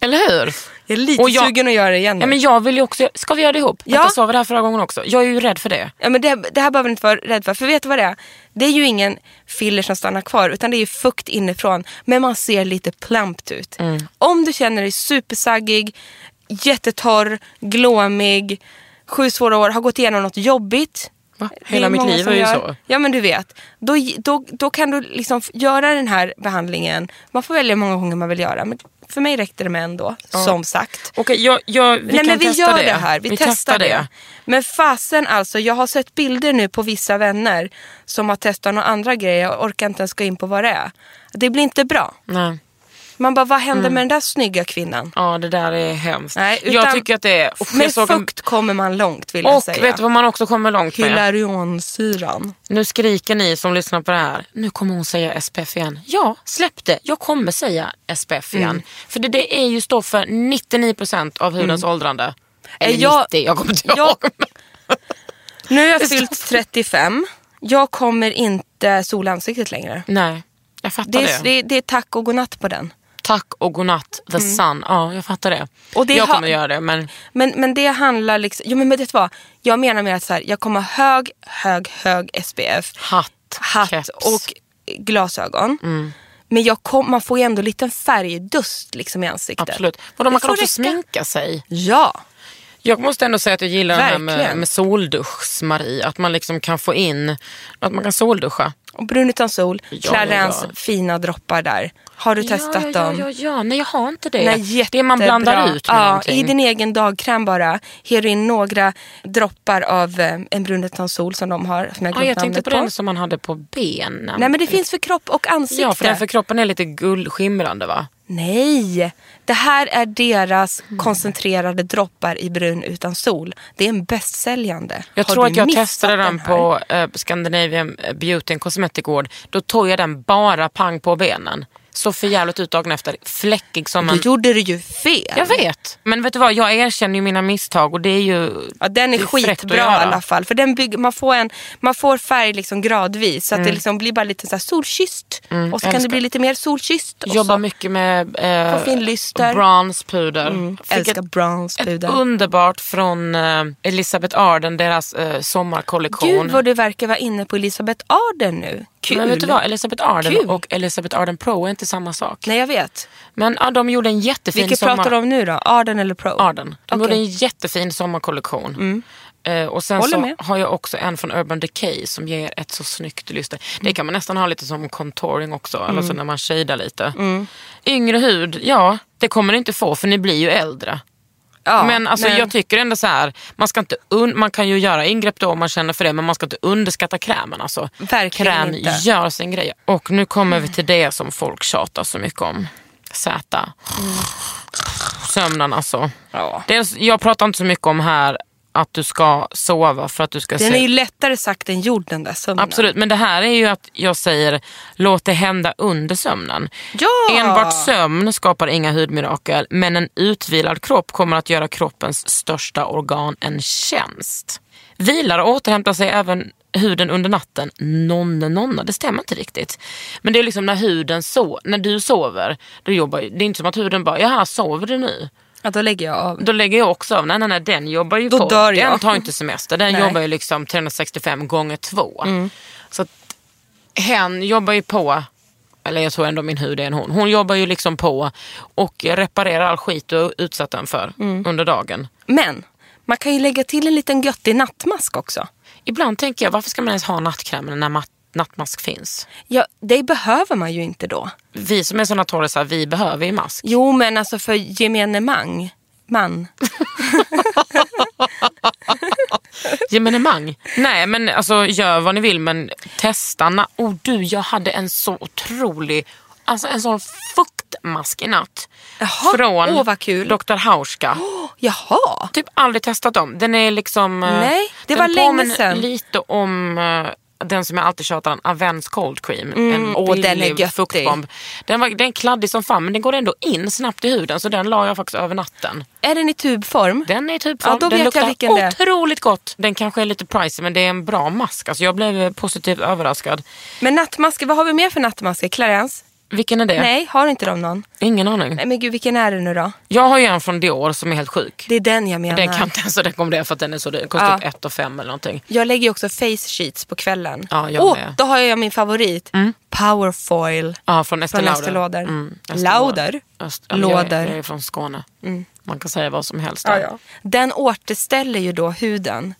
Eller hur? Jag är lite Och jag- sugen att göra det igen nu. Ja, men jag vill ju också, ska vi göra det ihop? Ja. Vänta, sa vi det här förra gången också? Jag är ju rädd för det. Ja, men det, det här behöver ni inte vara rädd för. För vet du vad det är? Det är ju ingen filler som stannar kvar utan det är ju fukt inifrån. Men man ser lite plumpt ut. Mm. Om du känner dig supersaggig, jättetorr, glåmig, sju svåra år, har gått igenom något jobbigt. Va? Det Hela är mitt många liv som är ju gör. så. Ja men du vet. Då, då, då kan du liksom f- göra den här behandlingen. Man får välja hur många gånger man vill göra. Men för mig räckte det med en då, som sagt. Okej, jag, jag, vi Nej kan men vi testa gör det. det här, vi, testar, det. Men fasen alltså, jag har sett bilder nu på vissa vänner som har testat några andra grejer. Jag orkar inte ens gå in på vad det är. Det blir inte bra. Nej. Man bara, vad händer med den där snygga kvinnan? Ja, det där är hemskt. Nej, Mm. jag utan- tycker att det är... Uff, jag Med såg en- fukt kommer man långt vill jag Och säga. vet du vad man också kommer långt med? Hylarionsyran. Nu skriker ni som lyssnar på det här, nu kommer hon säga SPF igen. Ja, släpp det. Jag kommer säga SPF igen. Mm. För det, det är ju står för 99% av hudens åldrande. Eller Är Mm. Eh, jag- 90, jag kommer inte Jag- ihåg. Nu har jag fyllt 35. Jag kommer inte sola ansiktet längre. Nej, jag fattar Det det. är, det, är- det är tack och godnatt på den. Tack och godnatt, the sun. Ja, jag fattar det. Och det jag har- kommer göra det, men Men, men det handlar liksom... Jo, men vet du vad? Jag menar med att så här, jag kommer ha hög, hög, hög SPF. hatt, hatt keps. Mm. och glasögon. Men jag kom, man får ju ändå en liten färgdust liksom i ansiktet. Absolut. Vadå, man Det kan får också räcka. sminka sig. Ja. Jag måste ändå säga att jag gillar det här med, Verkligen. med solduschs-Marie. Att man liksom kan få in, att man kan solduscha. Och brun utan sol, Ja, Clarins ja. fina droppar där. Har du testat ja, ja, dem? Ja, ja, ja, nej jag har inte det. Nej, det man blandar jättebra. ut med ja, någonting. I din egen dagkräm bara. Här in några droppar av eh, en brun utan sol som de har. Som jag, ja, glömt jag tänkte namnet på den som man hade på benen. Nej men det finns för kropp och ansikte. ja, för den för kroppen är lite guldskimrande va? Nej, det här är deras Mm. koncentrerade droppar i brun utan sol. Det är en bästsäljande. Jag Har tror du att jag missat testade den, här? på eh, Scandinavian eh, Beauty and Cosmetic Ward. Då tog jag den bara pang på benen. Så för jävligt ut dagen efter. Fläckig som Då en... gjorde du ju fel. Jag vet. Men vet du vad, jag erkänner ju mina misstag och det är ju... Ja, den är, det fräckt att skitbra i göra. alla fall. För den bygger, man, får en, man får färg liksom gradvis så att det liksom blir bara lite så här solkysst. och så kan Mm. älskar. det bli lite mer solkysst. och Jobbar så- mycket med Få fin lyster. bronzepuder. Fick Mm, Älskar ett- Ett bronspuder. underbart från eh, Elisabeth Arden, deras eh, sommarkollektion. Gud vad du verkar vara inne på Elisabeth Arden nu. Kul. Men vet du vad, Elisabeth Arden Kul. och Elisabeth Arden Pro är inte samma sak. Nej jag vet. Men ja, de gjorde en jättefin Vilket sommar... pratar du om nu då? Arden eller Pro? Arden. De Okej. Mm. gjorde en jättefin sommarkollektion. Eh, och sen Håller så med. har jag också en från Urban Decay som ger ett så snyggt lyster. Det kan man nästan ha lite som contouring också, Mm. alltså när man shadar lite. Yngre hud, ja det kommer ni inte få för ni blir ju äldre. Ja, men alltså, jag tycker ändå så här, man, ska inte un- man kan ju göra ingrepp då om man känner för det men man ska inte underskatta krämen. Alltså. Verkligen Kräm inte. Mm. gör sin grej. Och nu kommer vi till det som folk tjatar så mycket om. Z. Sömnen alltså. Ja. Dels, jag pratar inte så mycket om här att du ska sova för att du ska Den se. är ju lättare sagt än gjord den där sömnen. Absolut, men det här är ju att jag säger låt det hända under sömnen. Ja! Enbart sömn skapar inga hudmirakel men en utvilad kropp kommer att göra kroppens största organ en tjänst. Vilar och återhämtar sig även huden under natten. Nonne, nonna, det stämmer inte riktigt. Men det är liksom när huden sover, när du sover, då jobbar, ju- det är inte som att huden bara, jaha sover du nu? Ja, då lägger jag av. Då lägger jag också av. Nej, nej, nej, den jobbar ju Då på. dör Den jag. tar inte semester. Den Nej. Mm. jobbar ju liksom 365 gånger två. Så att hen jobbar ju på. Eller jag tror ändå min hud är en hon. Hon jobbar ju liksom på och reparerar all skit du har utsatt den för Mm. under dagen. Men man kan ju lägga till en liten göttig nattmask också. Ibland tänker jag, varför ska man ens ha nattkräm när mat- nattmask finns? Ja, det behöver man ju inte då. Vi som är såna torrisar, vi behöver ju mask. Jo, men alltså för gemene mang, man. Gemenemang. Nej men alltså gör vad ni vill men testa. na- Oh du jag hade en så otrolig, alltså en sån fuktmask i natt. Jaha, Från åh, vad kul. Dr. Hauska. Jaha! Typ aldrig testat dem. Den är liksom... eh, Nej, det den var länge påminner sedan. lite om eh, den som jag alltid tjatar om, Avens Cold Cream. en åh, Mm, den är billig göttig. fuktbomb. Den, var, den är kladdig som fan men den går ändå in snabbt i huden så den la jag faktiskt över natten. Är den i tubform? Den är typ Ja, då den vet jag luktar vilken det är. otroligt gott. Den kanske är lite pricey men det är en bra mask. Alltså jag blev eh, positivt överraskad. Men nattmasker, vad har vi mer för nattmasker? Clarence? Vilken är det? Nej, har inte de någon? Ingen aning. Nej men gud, vilken är det nu då? Jag har ju en från Dior som är helt sjuk. Det är den jag menar. Den kan inte ens rekommendera för att den är så dyr. Den kostar Ja. typ 1 och 5 eller någonting. Jag lägger ju också face sheets på kvällen. Ja, jag Åh, med. Mm. då har jag min favorit. Powerfoil. Ja, från Estée Från Lauder. Estée Lauder. Mm, Estée Lauder? Mm. Est- ja, men Jag, är- jag är från Skåne. Man kan säga vad som helst. Ja, där. ja. Den återställer ju då huden.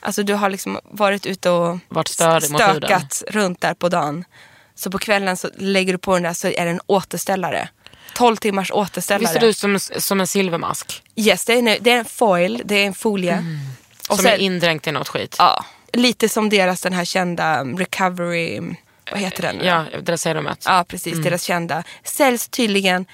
Alltså du har liksom varit ute och Varit störig mot huden. stökat runt där på dagen. Så på kvällen så lägger du på den där så är det en återställare. 12 timmars Visst återställare. är du som, som en silvermask Yes, det är, en, det är en foil, det är en folie. Och Mm. som sen- är indränkt i något skit. ja, lite som deras den här kända um, recovery, um, vad heter den? nu då? Ja, det där säger de att. ja precis, Mm. deras kända. Säljs tydligen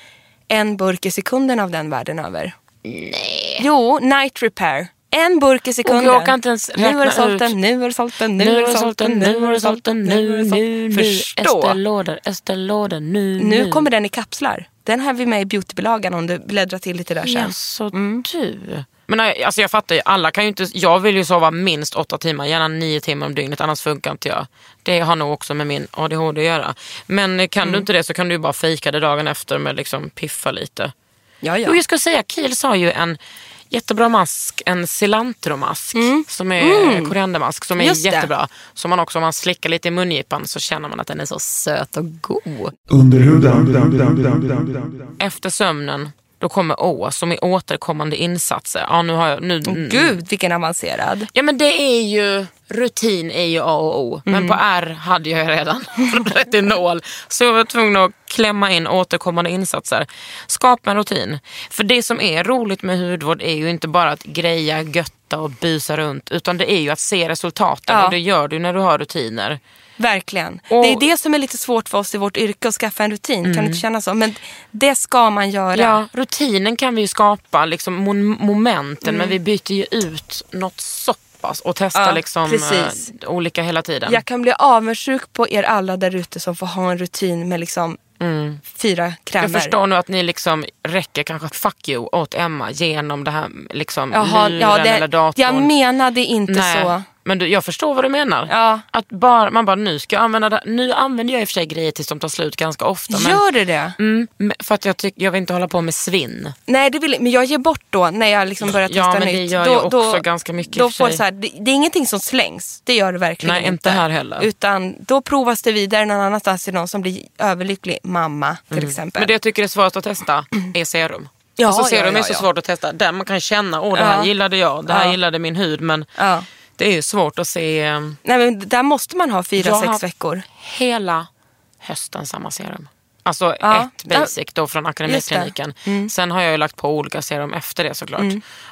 en burk i sekunden av den världen över. Nej. Jo, night repair. En burk i Och sekunden. jag kan inte ens Nu har du räkna sålt ut. den, nu har du sålt den, Nu har du sålt den, nu har du sålt den, nu, har du nu, sålt- nu. Förstå. Esterlådor, Esterlådor, nu, nu. Nu kommer den i kapslar. Den har vi med i beautybilagan om du bläddrar till lite där sen. Jaså alltså, du. Men nej, alltså jag fattar ju, alla kan ju inte, jag vill ju sova minst åtta timmar, gärna nio timmar om dygnet annars funkar inte jag. Det har nog också med min ADHD att göra. Men eh, kan du inte det så kan du ju bara fejka det dagen efter med liksom piffa lite. Ja, ja. Jo jag ska säga, Kiel sa ju en jättebra mask, en cilantromask som är koriandermask som är Mm. Just det. jättebra. Som man också om man slickar lite i mungipan så känner man att den är så söt och god. Underhuden. Efter sömnen då kommer Å som är återkommande insatser. Ja, nu har jag, nu, Mm. Gud vilken avancerad. Ja men det är ju, rutin är ju A och O. Mm. Men på R hade jag ju redan retinol. Så jag var tvungen att klämma in återkommande insatser. Skapa en rutin. För det som är roligt med hudvård är ju inte bara att greja, götta och busa runt. Utan det är ju att se resultaten Ja. och det gör du när du har rutiner. Verkligen. Och- Mm. det är det som är lite svårt för oss i vårt yrke att skaffa en rutin. Kan du inte känna så? Men det ska man göra. Ja, rutinen kan vi ju skapa, liksom mon- momenten, men vi byter ju ut något så pass och testar Mm. Ja, liksom precis. eh, olika hela tiden. Jag kan bli avundsjuk på er alla där ute som får ha en rutin med liksom fyra krämer. Mm. Jag förstår nu att ni liksom räcker kanske fuck you åt Emma genom det här liksom Jaha, luren ja, det, eller datorn. Jag menade inte Nej, så. Men du, jag förstår vad du menar. Ja. Att bara, man bara, nu ska jag använda det. Nu använder jag i och för sig grejer tills de tar slut ganska ofta. Men, Gör det det? mm, men- för att jag, tyck, jag vill inte hålla på med svinn. Nej, det vill, men jag ger bort då när jag liksom börjar testa Ja, men det nytt. gör då, jag också då, ganska mycket i Då och för får sig. så här, det, det är ingenting som slängs. Det gör det verkligen Nej, inte här heller. Utan då provas det vidare någon annanstans till någon som blir överlycklig mamma till exempel. Mm. Men det jag tycker är svårast att testa är serum. Ja, alltså, ja, serum ja, är så ja. svårt att testa. Där man kan känna, åh det här Ja. gillade jag, det här Ja. gillade min hud. Men Ja. det är ju svårt att se. eh, Nej, men där måste man ha fyra, Jag har sex haft veckor. hela hösten samma serum. Alltså Ja. Mm. ett basic då från akademikliniken. Sen har jag ju lagt på olika serum efter det såklart.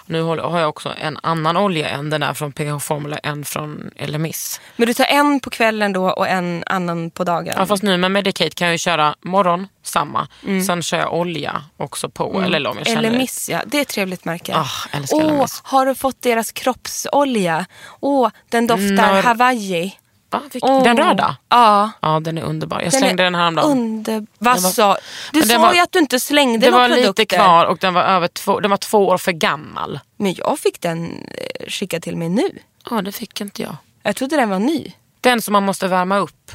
Nu håller- har jag också en annan olja än den där från PH Formula, en från Elemis. Men du tar en på kvällen då och en annan på dagen. Ja, fast nu med Medicate kan jag ju köra morgon, samma. Mm. Sen kör jag olja också på. Eller om jag känner Eller Miss, ja. Det är ett trevligt märke. Ah, älskar Åh, Elemis. har du fått deras kroppsolja? Åh, den doftar Norr- Hawaii. Va? Vilken- Åh. Den röda? Ja. Ja, den är underbar. Jag Den slängde är den häromdagen. Under... Vad Den var- sa du? Men den sa var- ju att du inte slängde det var några produkter. lite kvar och den var, över två, den var två år för gammal. Men jag fick den eh, skickad till mig nu. Ja, det fick inte jag. Jag trodde den var ny. Den som man måste värma upp.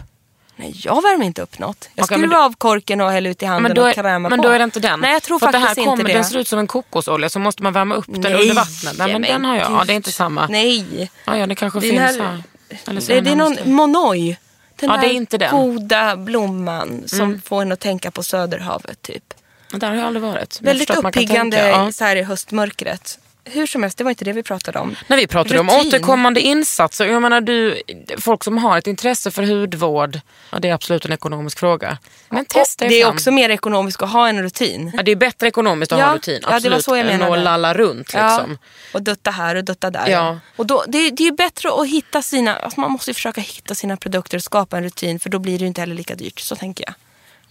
Nej, jag värmer inte upp något. Jag Okej, men skruvar du- av korken och häller ut i handen Men då, och är, krämar men på. då är det inte den. Nej, jag tror För att det faktiskt här kommer, inte det. Den ser ut som en kokosolja så måste man värma upp den Nej, under vattnet. Nej, men den har jag. Ja, det är inte samma. Nej. Ja, ja, det kanske Din finns här- här. Eller så Det, det är den någon annanstans. monoi. Den Ja, där det är inte den. goda blomman som får en att tänka på Söderhavet. typ. Där har jag aldrig varit. Men jag Väldigt förstår att man kan uppiggande tänka, ja. så här i höstmörkret. Hur som helst, det var inte det vi pratade om. När vi pratade om Rutin. återkommande insatser, jag menar du, folk som har ett intresse för hudvård, ja, det är absolut en ekonomisk fråga. Men testa er Det är fram. också mer ekonomiskt att ha en rutin. Ja, det är bättre ekonomiskt att Ja, ha rutin, ja, det var absolut, så jag än menade. att lalla runt. Liksom. Ja, och dutta här och dutta där. Ja. Och då, det, är- det är ju bättre att hitta sina... Alltså man måste ju försöka hitta sina produkter och skapa en rutin för då blir det ju inte heller lika dyrt. Så tänker jag.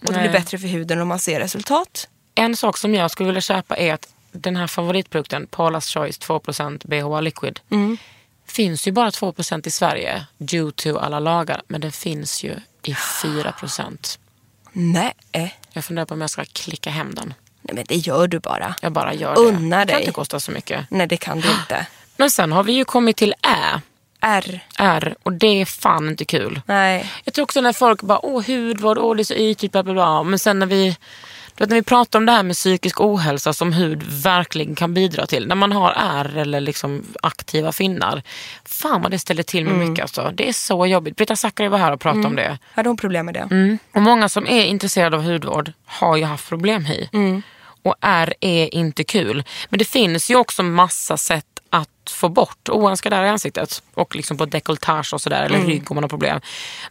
Och det Nej. blir bättre för huden om man ser resultat. En sak som jag skulle vilja köpa är att den här favoritprodukten, Paula's Choice 2% BHA Liquid, Mm. finns ju bara 2% i Sverige due to alla lagar, men den finns ju i 4%. Nej. Jag funderar på om jag ska klicka hem den. Nej men det gör du bara. Jag bara gör Unna det. Det dig. kan inte kosta så mycket. Nej det kan du inte. Men sen har vi ju kommit till Ä. R. R och det är fan inte kul. Nej. Jag tror också när folk bara, åh hudvård, åh det är så ytligt, bla bla bla. Men sen när vi, du vet, när vi pratar om det här med psykisk ohälsa som hud verkligen kan bidra till. När man har ärr eller liksom aktiva finnar. Fan vad det ställer till med mycket alltså. Det är så jobbigt. Britta Zackari var här och pratade om det. Mm. Hade hon problem med det? Mm. Och många som är intresserade av hudvård har ju haft problem hi. och R är inte kul. Men det finns ju också massa sätt att få bort oönskade ärr i ansiktet och liksom på dekolletage och sådär eller Mm. rygg om man har problem.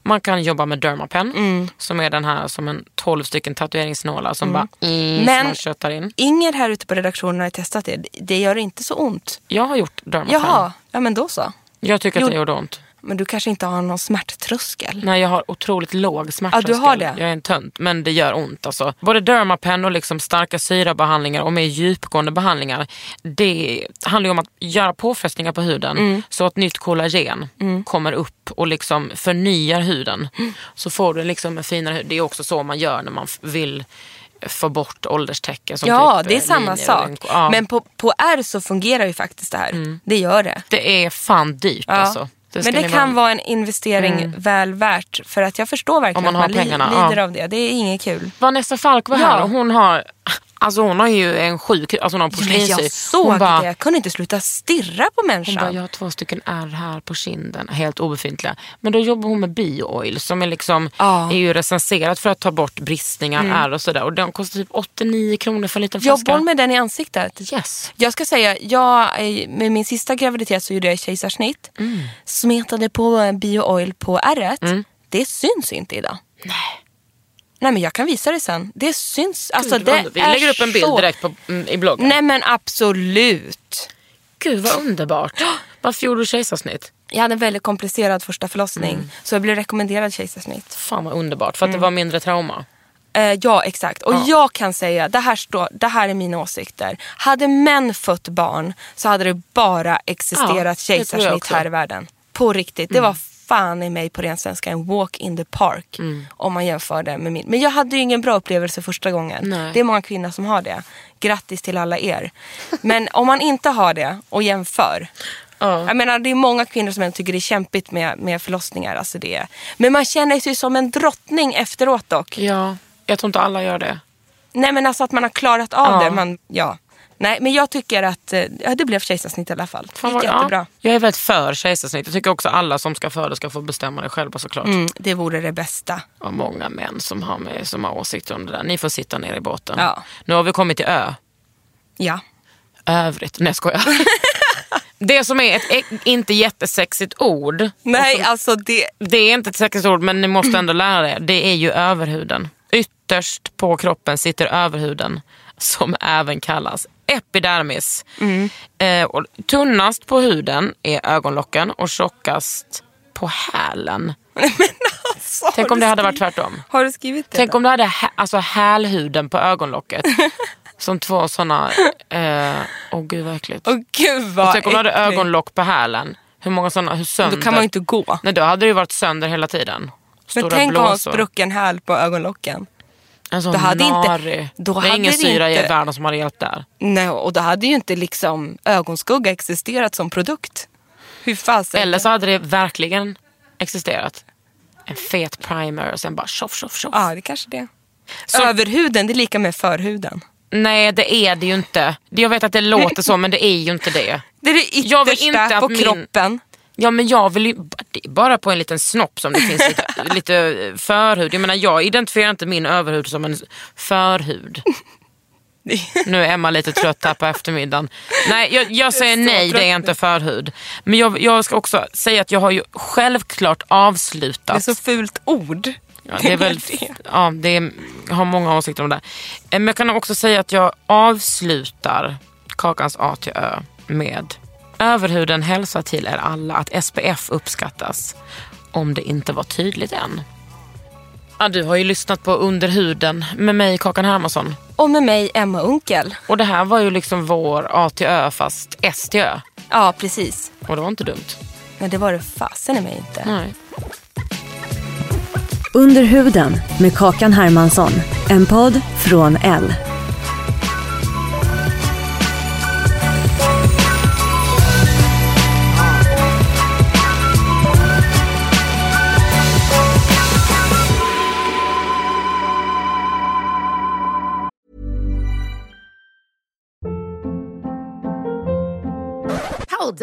Man kan jobba med Dermapen som är den här som en 12 stycken tatueringsnålar som bara mm, Men- som man köttar in. Ingen här ute på redaktionen har testat det. Det gör inte så ont. Jag har gjort Dermapen. Jaha, ja men då så. Jag tycker att det Jo. gjorde ont. Men du kanske inte har någon smärttröskel? Nej, jag har otroligt låg smärttröskel. Ja, du har det. Jag är en tönt, men det gör ont. Alltså. Både Dermapen och liksom starka syrabehandlingar och mer djupgående behandlingar. Det handlar ju om att göra påfrestningar på huden Mm. så att nytt kollagen kommer upp och liksom förnyar huden. Så får du liksom en finare hud. Det är också så man gör när man f- vill få bort ålderstecken. Som Ja, typ, det är eh, linjer samma och sak. rynkor. Ja. Men på, på R så fungerar ju faktiskt det här. Det gör det. Det är fan dyrt Ja. alltså. ska men det ni Mm. kan vara en investering väl värt. För att jag förstår verkligen Om man att har man li- pengarna, ja. lider av det. Det är inget kul. Vanessa Falk var Ja. här och hon har Alltså hon har ju en sjuk alltså hon har Men porslinshy. jag såg hon bara, det. Jag kunde inte sluta stirra på Hon bara, människan. jag har två stycken ärr här på kinden, helt obefintliga. Men då jobbar hon med biooil som är, liksom, Ja. Mm. är ju recenserat för att ta bort bristningar, ärr och sådär. Och den kostar typ 89 kronor för en liten flaska. Jobbar hon med den i ansiktet? Yes. Jag ska säga, jag, eh, med min sista graviditet så gjorde jag kejsarsnitt. Mm. Smetade på eh, bio-oil på ärret. Det syns inte idag. Nej. Nej men jag kan visa det sen. Det syns. Alltså, Gud, vad det underbart. Vi är lägger upp en bild så... direkt på, mm, i bloggen. Nej men absolut. Gud vad underbart. Varför gjorde du kejsarsnitt? Jag hade en väldigt komplicerad första förlossning. Mm. Så jag blev rekommenderad kejsarsnitt. Fan vad underbart, för att Mm. det var mindre trauma. Eh, ja, exakt. Och jag kan säga, det här, står, det här är mina åsikter. Hade män fött barn så hade det Ja, det bara tror jag existerat kejsarsnitt också. Mm. här i världen. På riktigt. Det var fan i mig på ren svenska en walk in the park. Mm. Om man jämför det med min. Men jag hade ju ingen bra upplevelse första gången. Nej. Det är många kvinnor som har det. Grattis till alla er. Men om man inte har det och jämför. Ja. Jag menar, det är många kvinnor som ändå tycker det är kämpigt med, med förlossningar. Alltså det. Men man känner sig som en drottning efteråt dock. Ja, jag tror inte alla gör det. Nej men alltså att man har klarat av Ja. det. Man, ja. Nej men jag tycker att eh, ja, det blev kejsarsnitt i alla fall. Det Fan gick vad, jättebra. Ja, jag är väldigt för kejsarsnitt. Jag tycker också alla som ska föda ska få bestämma det själva såklart. Mm, det vore det bästa. och många män som har, med, som har åsikter om det där. Ni får sitta ner i båten. Ja. Nu har vi kommit till ö. Ja. Övrigt. Nej, jag skojar. det som är ett e- inte jättesexigt ord, Nej alltså det... det är inte ett sexigt ord men ni måste ändå lära er, det är ju överhuden. Ytterst på kroppen sitter överhuden som även kallas epidermis. Eh, och tunnast på huden är ögonlocken och tjockast på hälen. Alltså, Tänk har om du det hade varit skrivit- tvärtom. Har du skrivit det? Tänk då? om du hade hä- alltså hälhuden på ögonlocket. som två såna... Åh eh, åh gud vad äckligt. Åh gud vad Tänk om du hade äckligt. ögonlock på hälen. Hur många såna, hur sönder? Då kan man ju inte gå. Nej då hade det ju varit sönder hela tiden. Men Stora tänk att ha en blåsor. sprucken häl på ögonlocken. En sån då hade inte- narig. då det är hade ingen det syra i inte- världen som hade hjälpt där. Nej, och då hade ju inte liksom ögonskugga existerat som produkt. Hur fasen? Eller så hade det verkligen existerat. En fet primer och sen bara tjoff tjoff tjoff. Ja det kanske det. Så- Överhuden det är lika med förhuden. Nej det är det ju inte. Jag vet att det låter så men det är ju inte det. Det är det yttersta Jag vill inte att på min- kroppen. Ja men jag vill ju, det är bara på en liten snopp som det finns lite, lite förhud. Jag menar jag identifierar inte min överhud som en förhud. Nu är Emma lite trött här på eftermiddagen. Nej jag, jag säger så nej, det är inte förhud. Men jag, jag ska också säga att jag har ju självklart Det är avslutat. så fult ord. Ja, det är väl, det. ja, det är, jag har många åsikter om det. Eh, Men jag kan också säga att jag avslutar Kakans A till Ö med Överhuden hälsar till er alla att SPF uppskattas. Om det inte var tydligt än. Ja, du har ju lyssnat på Under huden med mig Kakan Hermansson. Och med mig Emma Unkel. Och det här var ju liksom vår A till Ö fast S till Ö. Ja precis. Och det var inte dumt. Men det var det fasen i mig inte. Nej. Under huden med Kakan Hermansson. En podd från L. Hold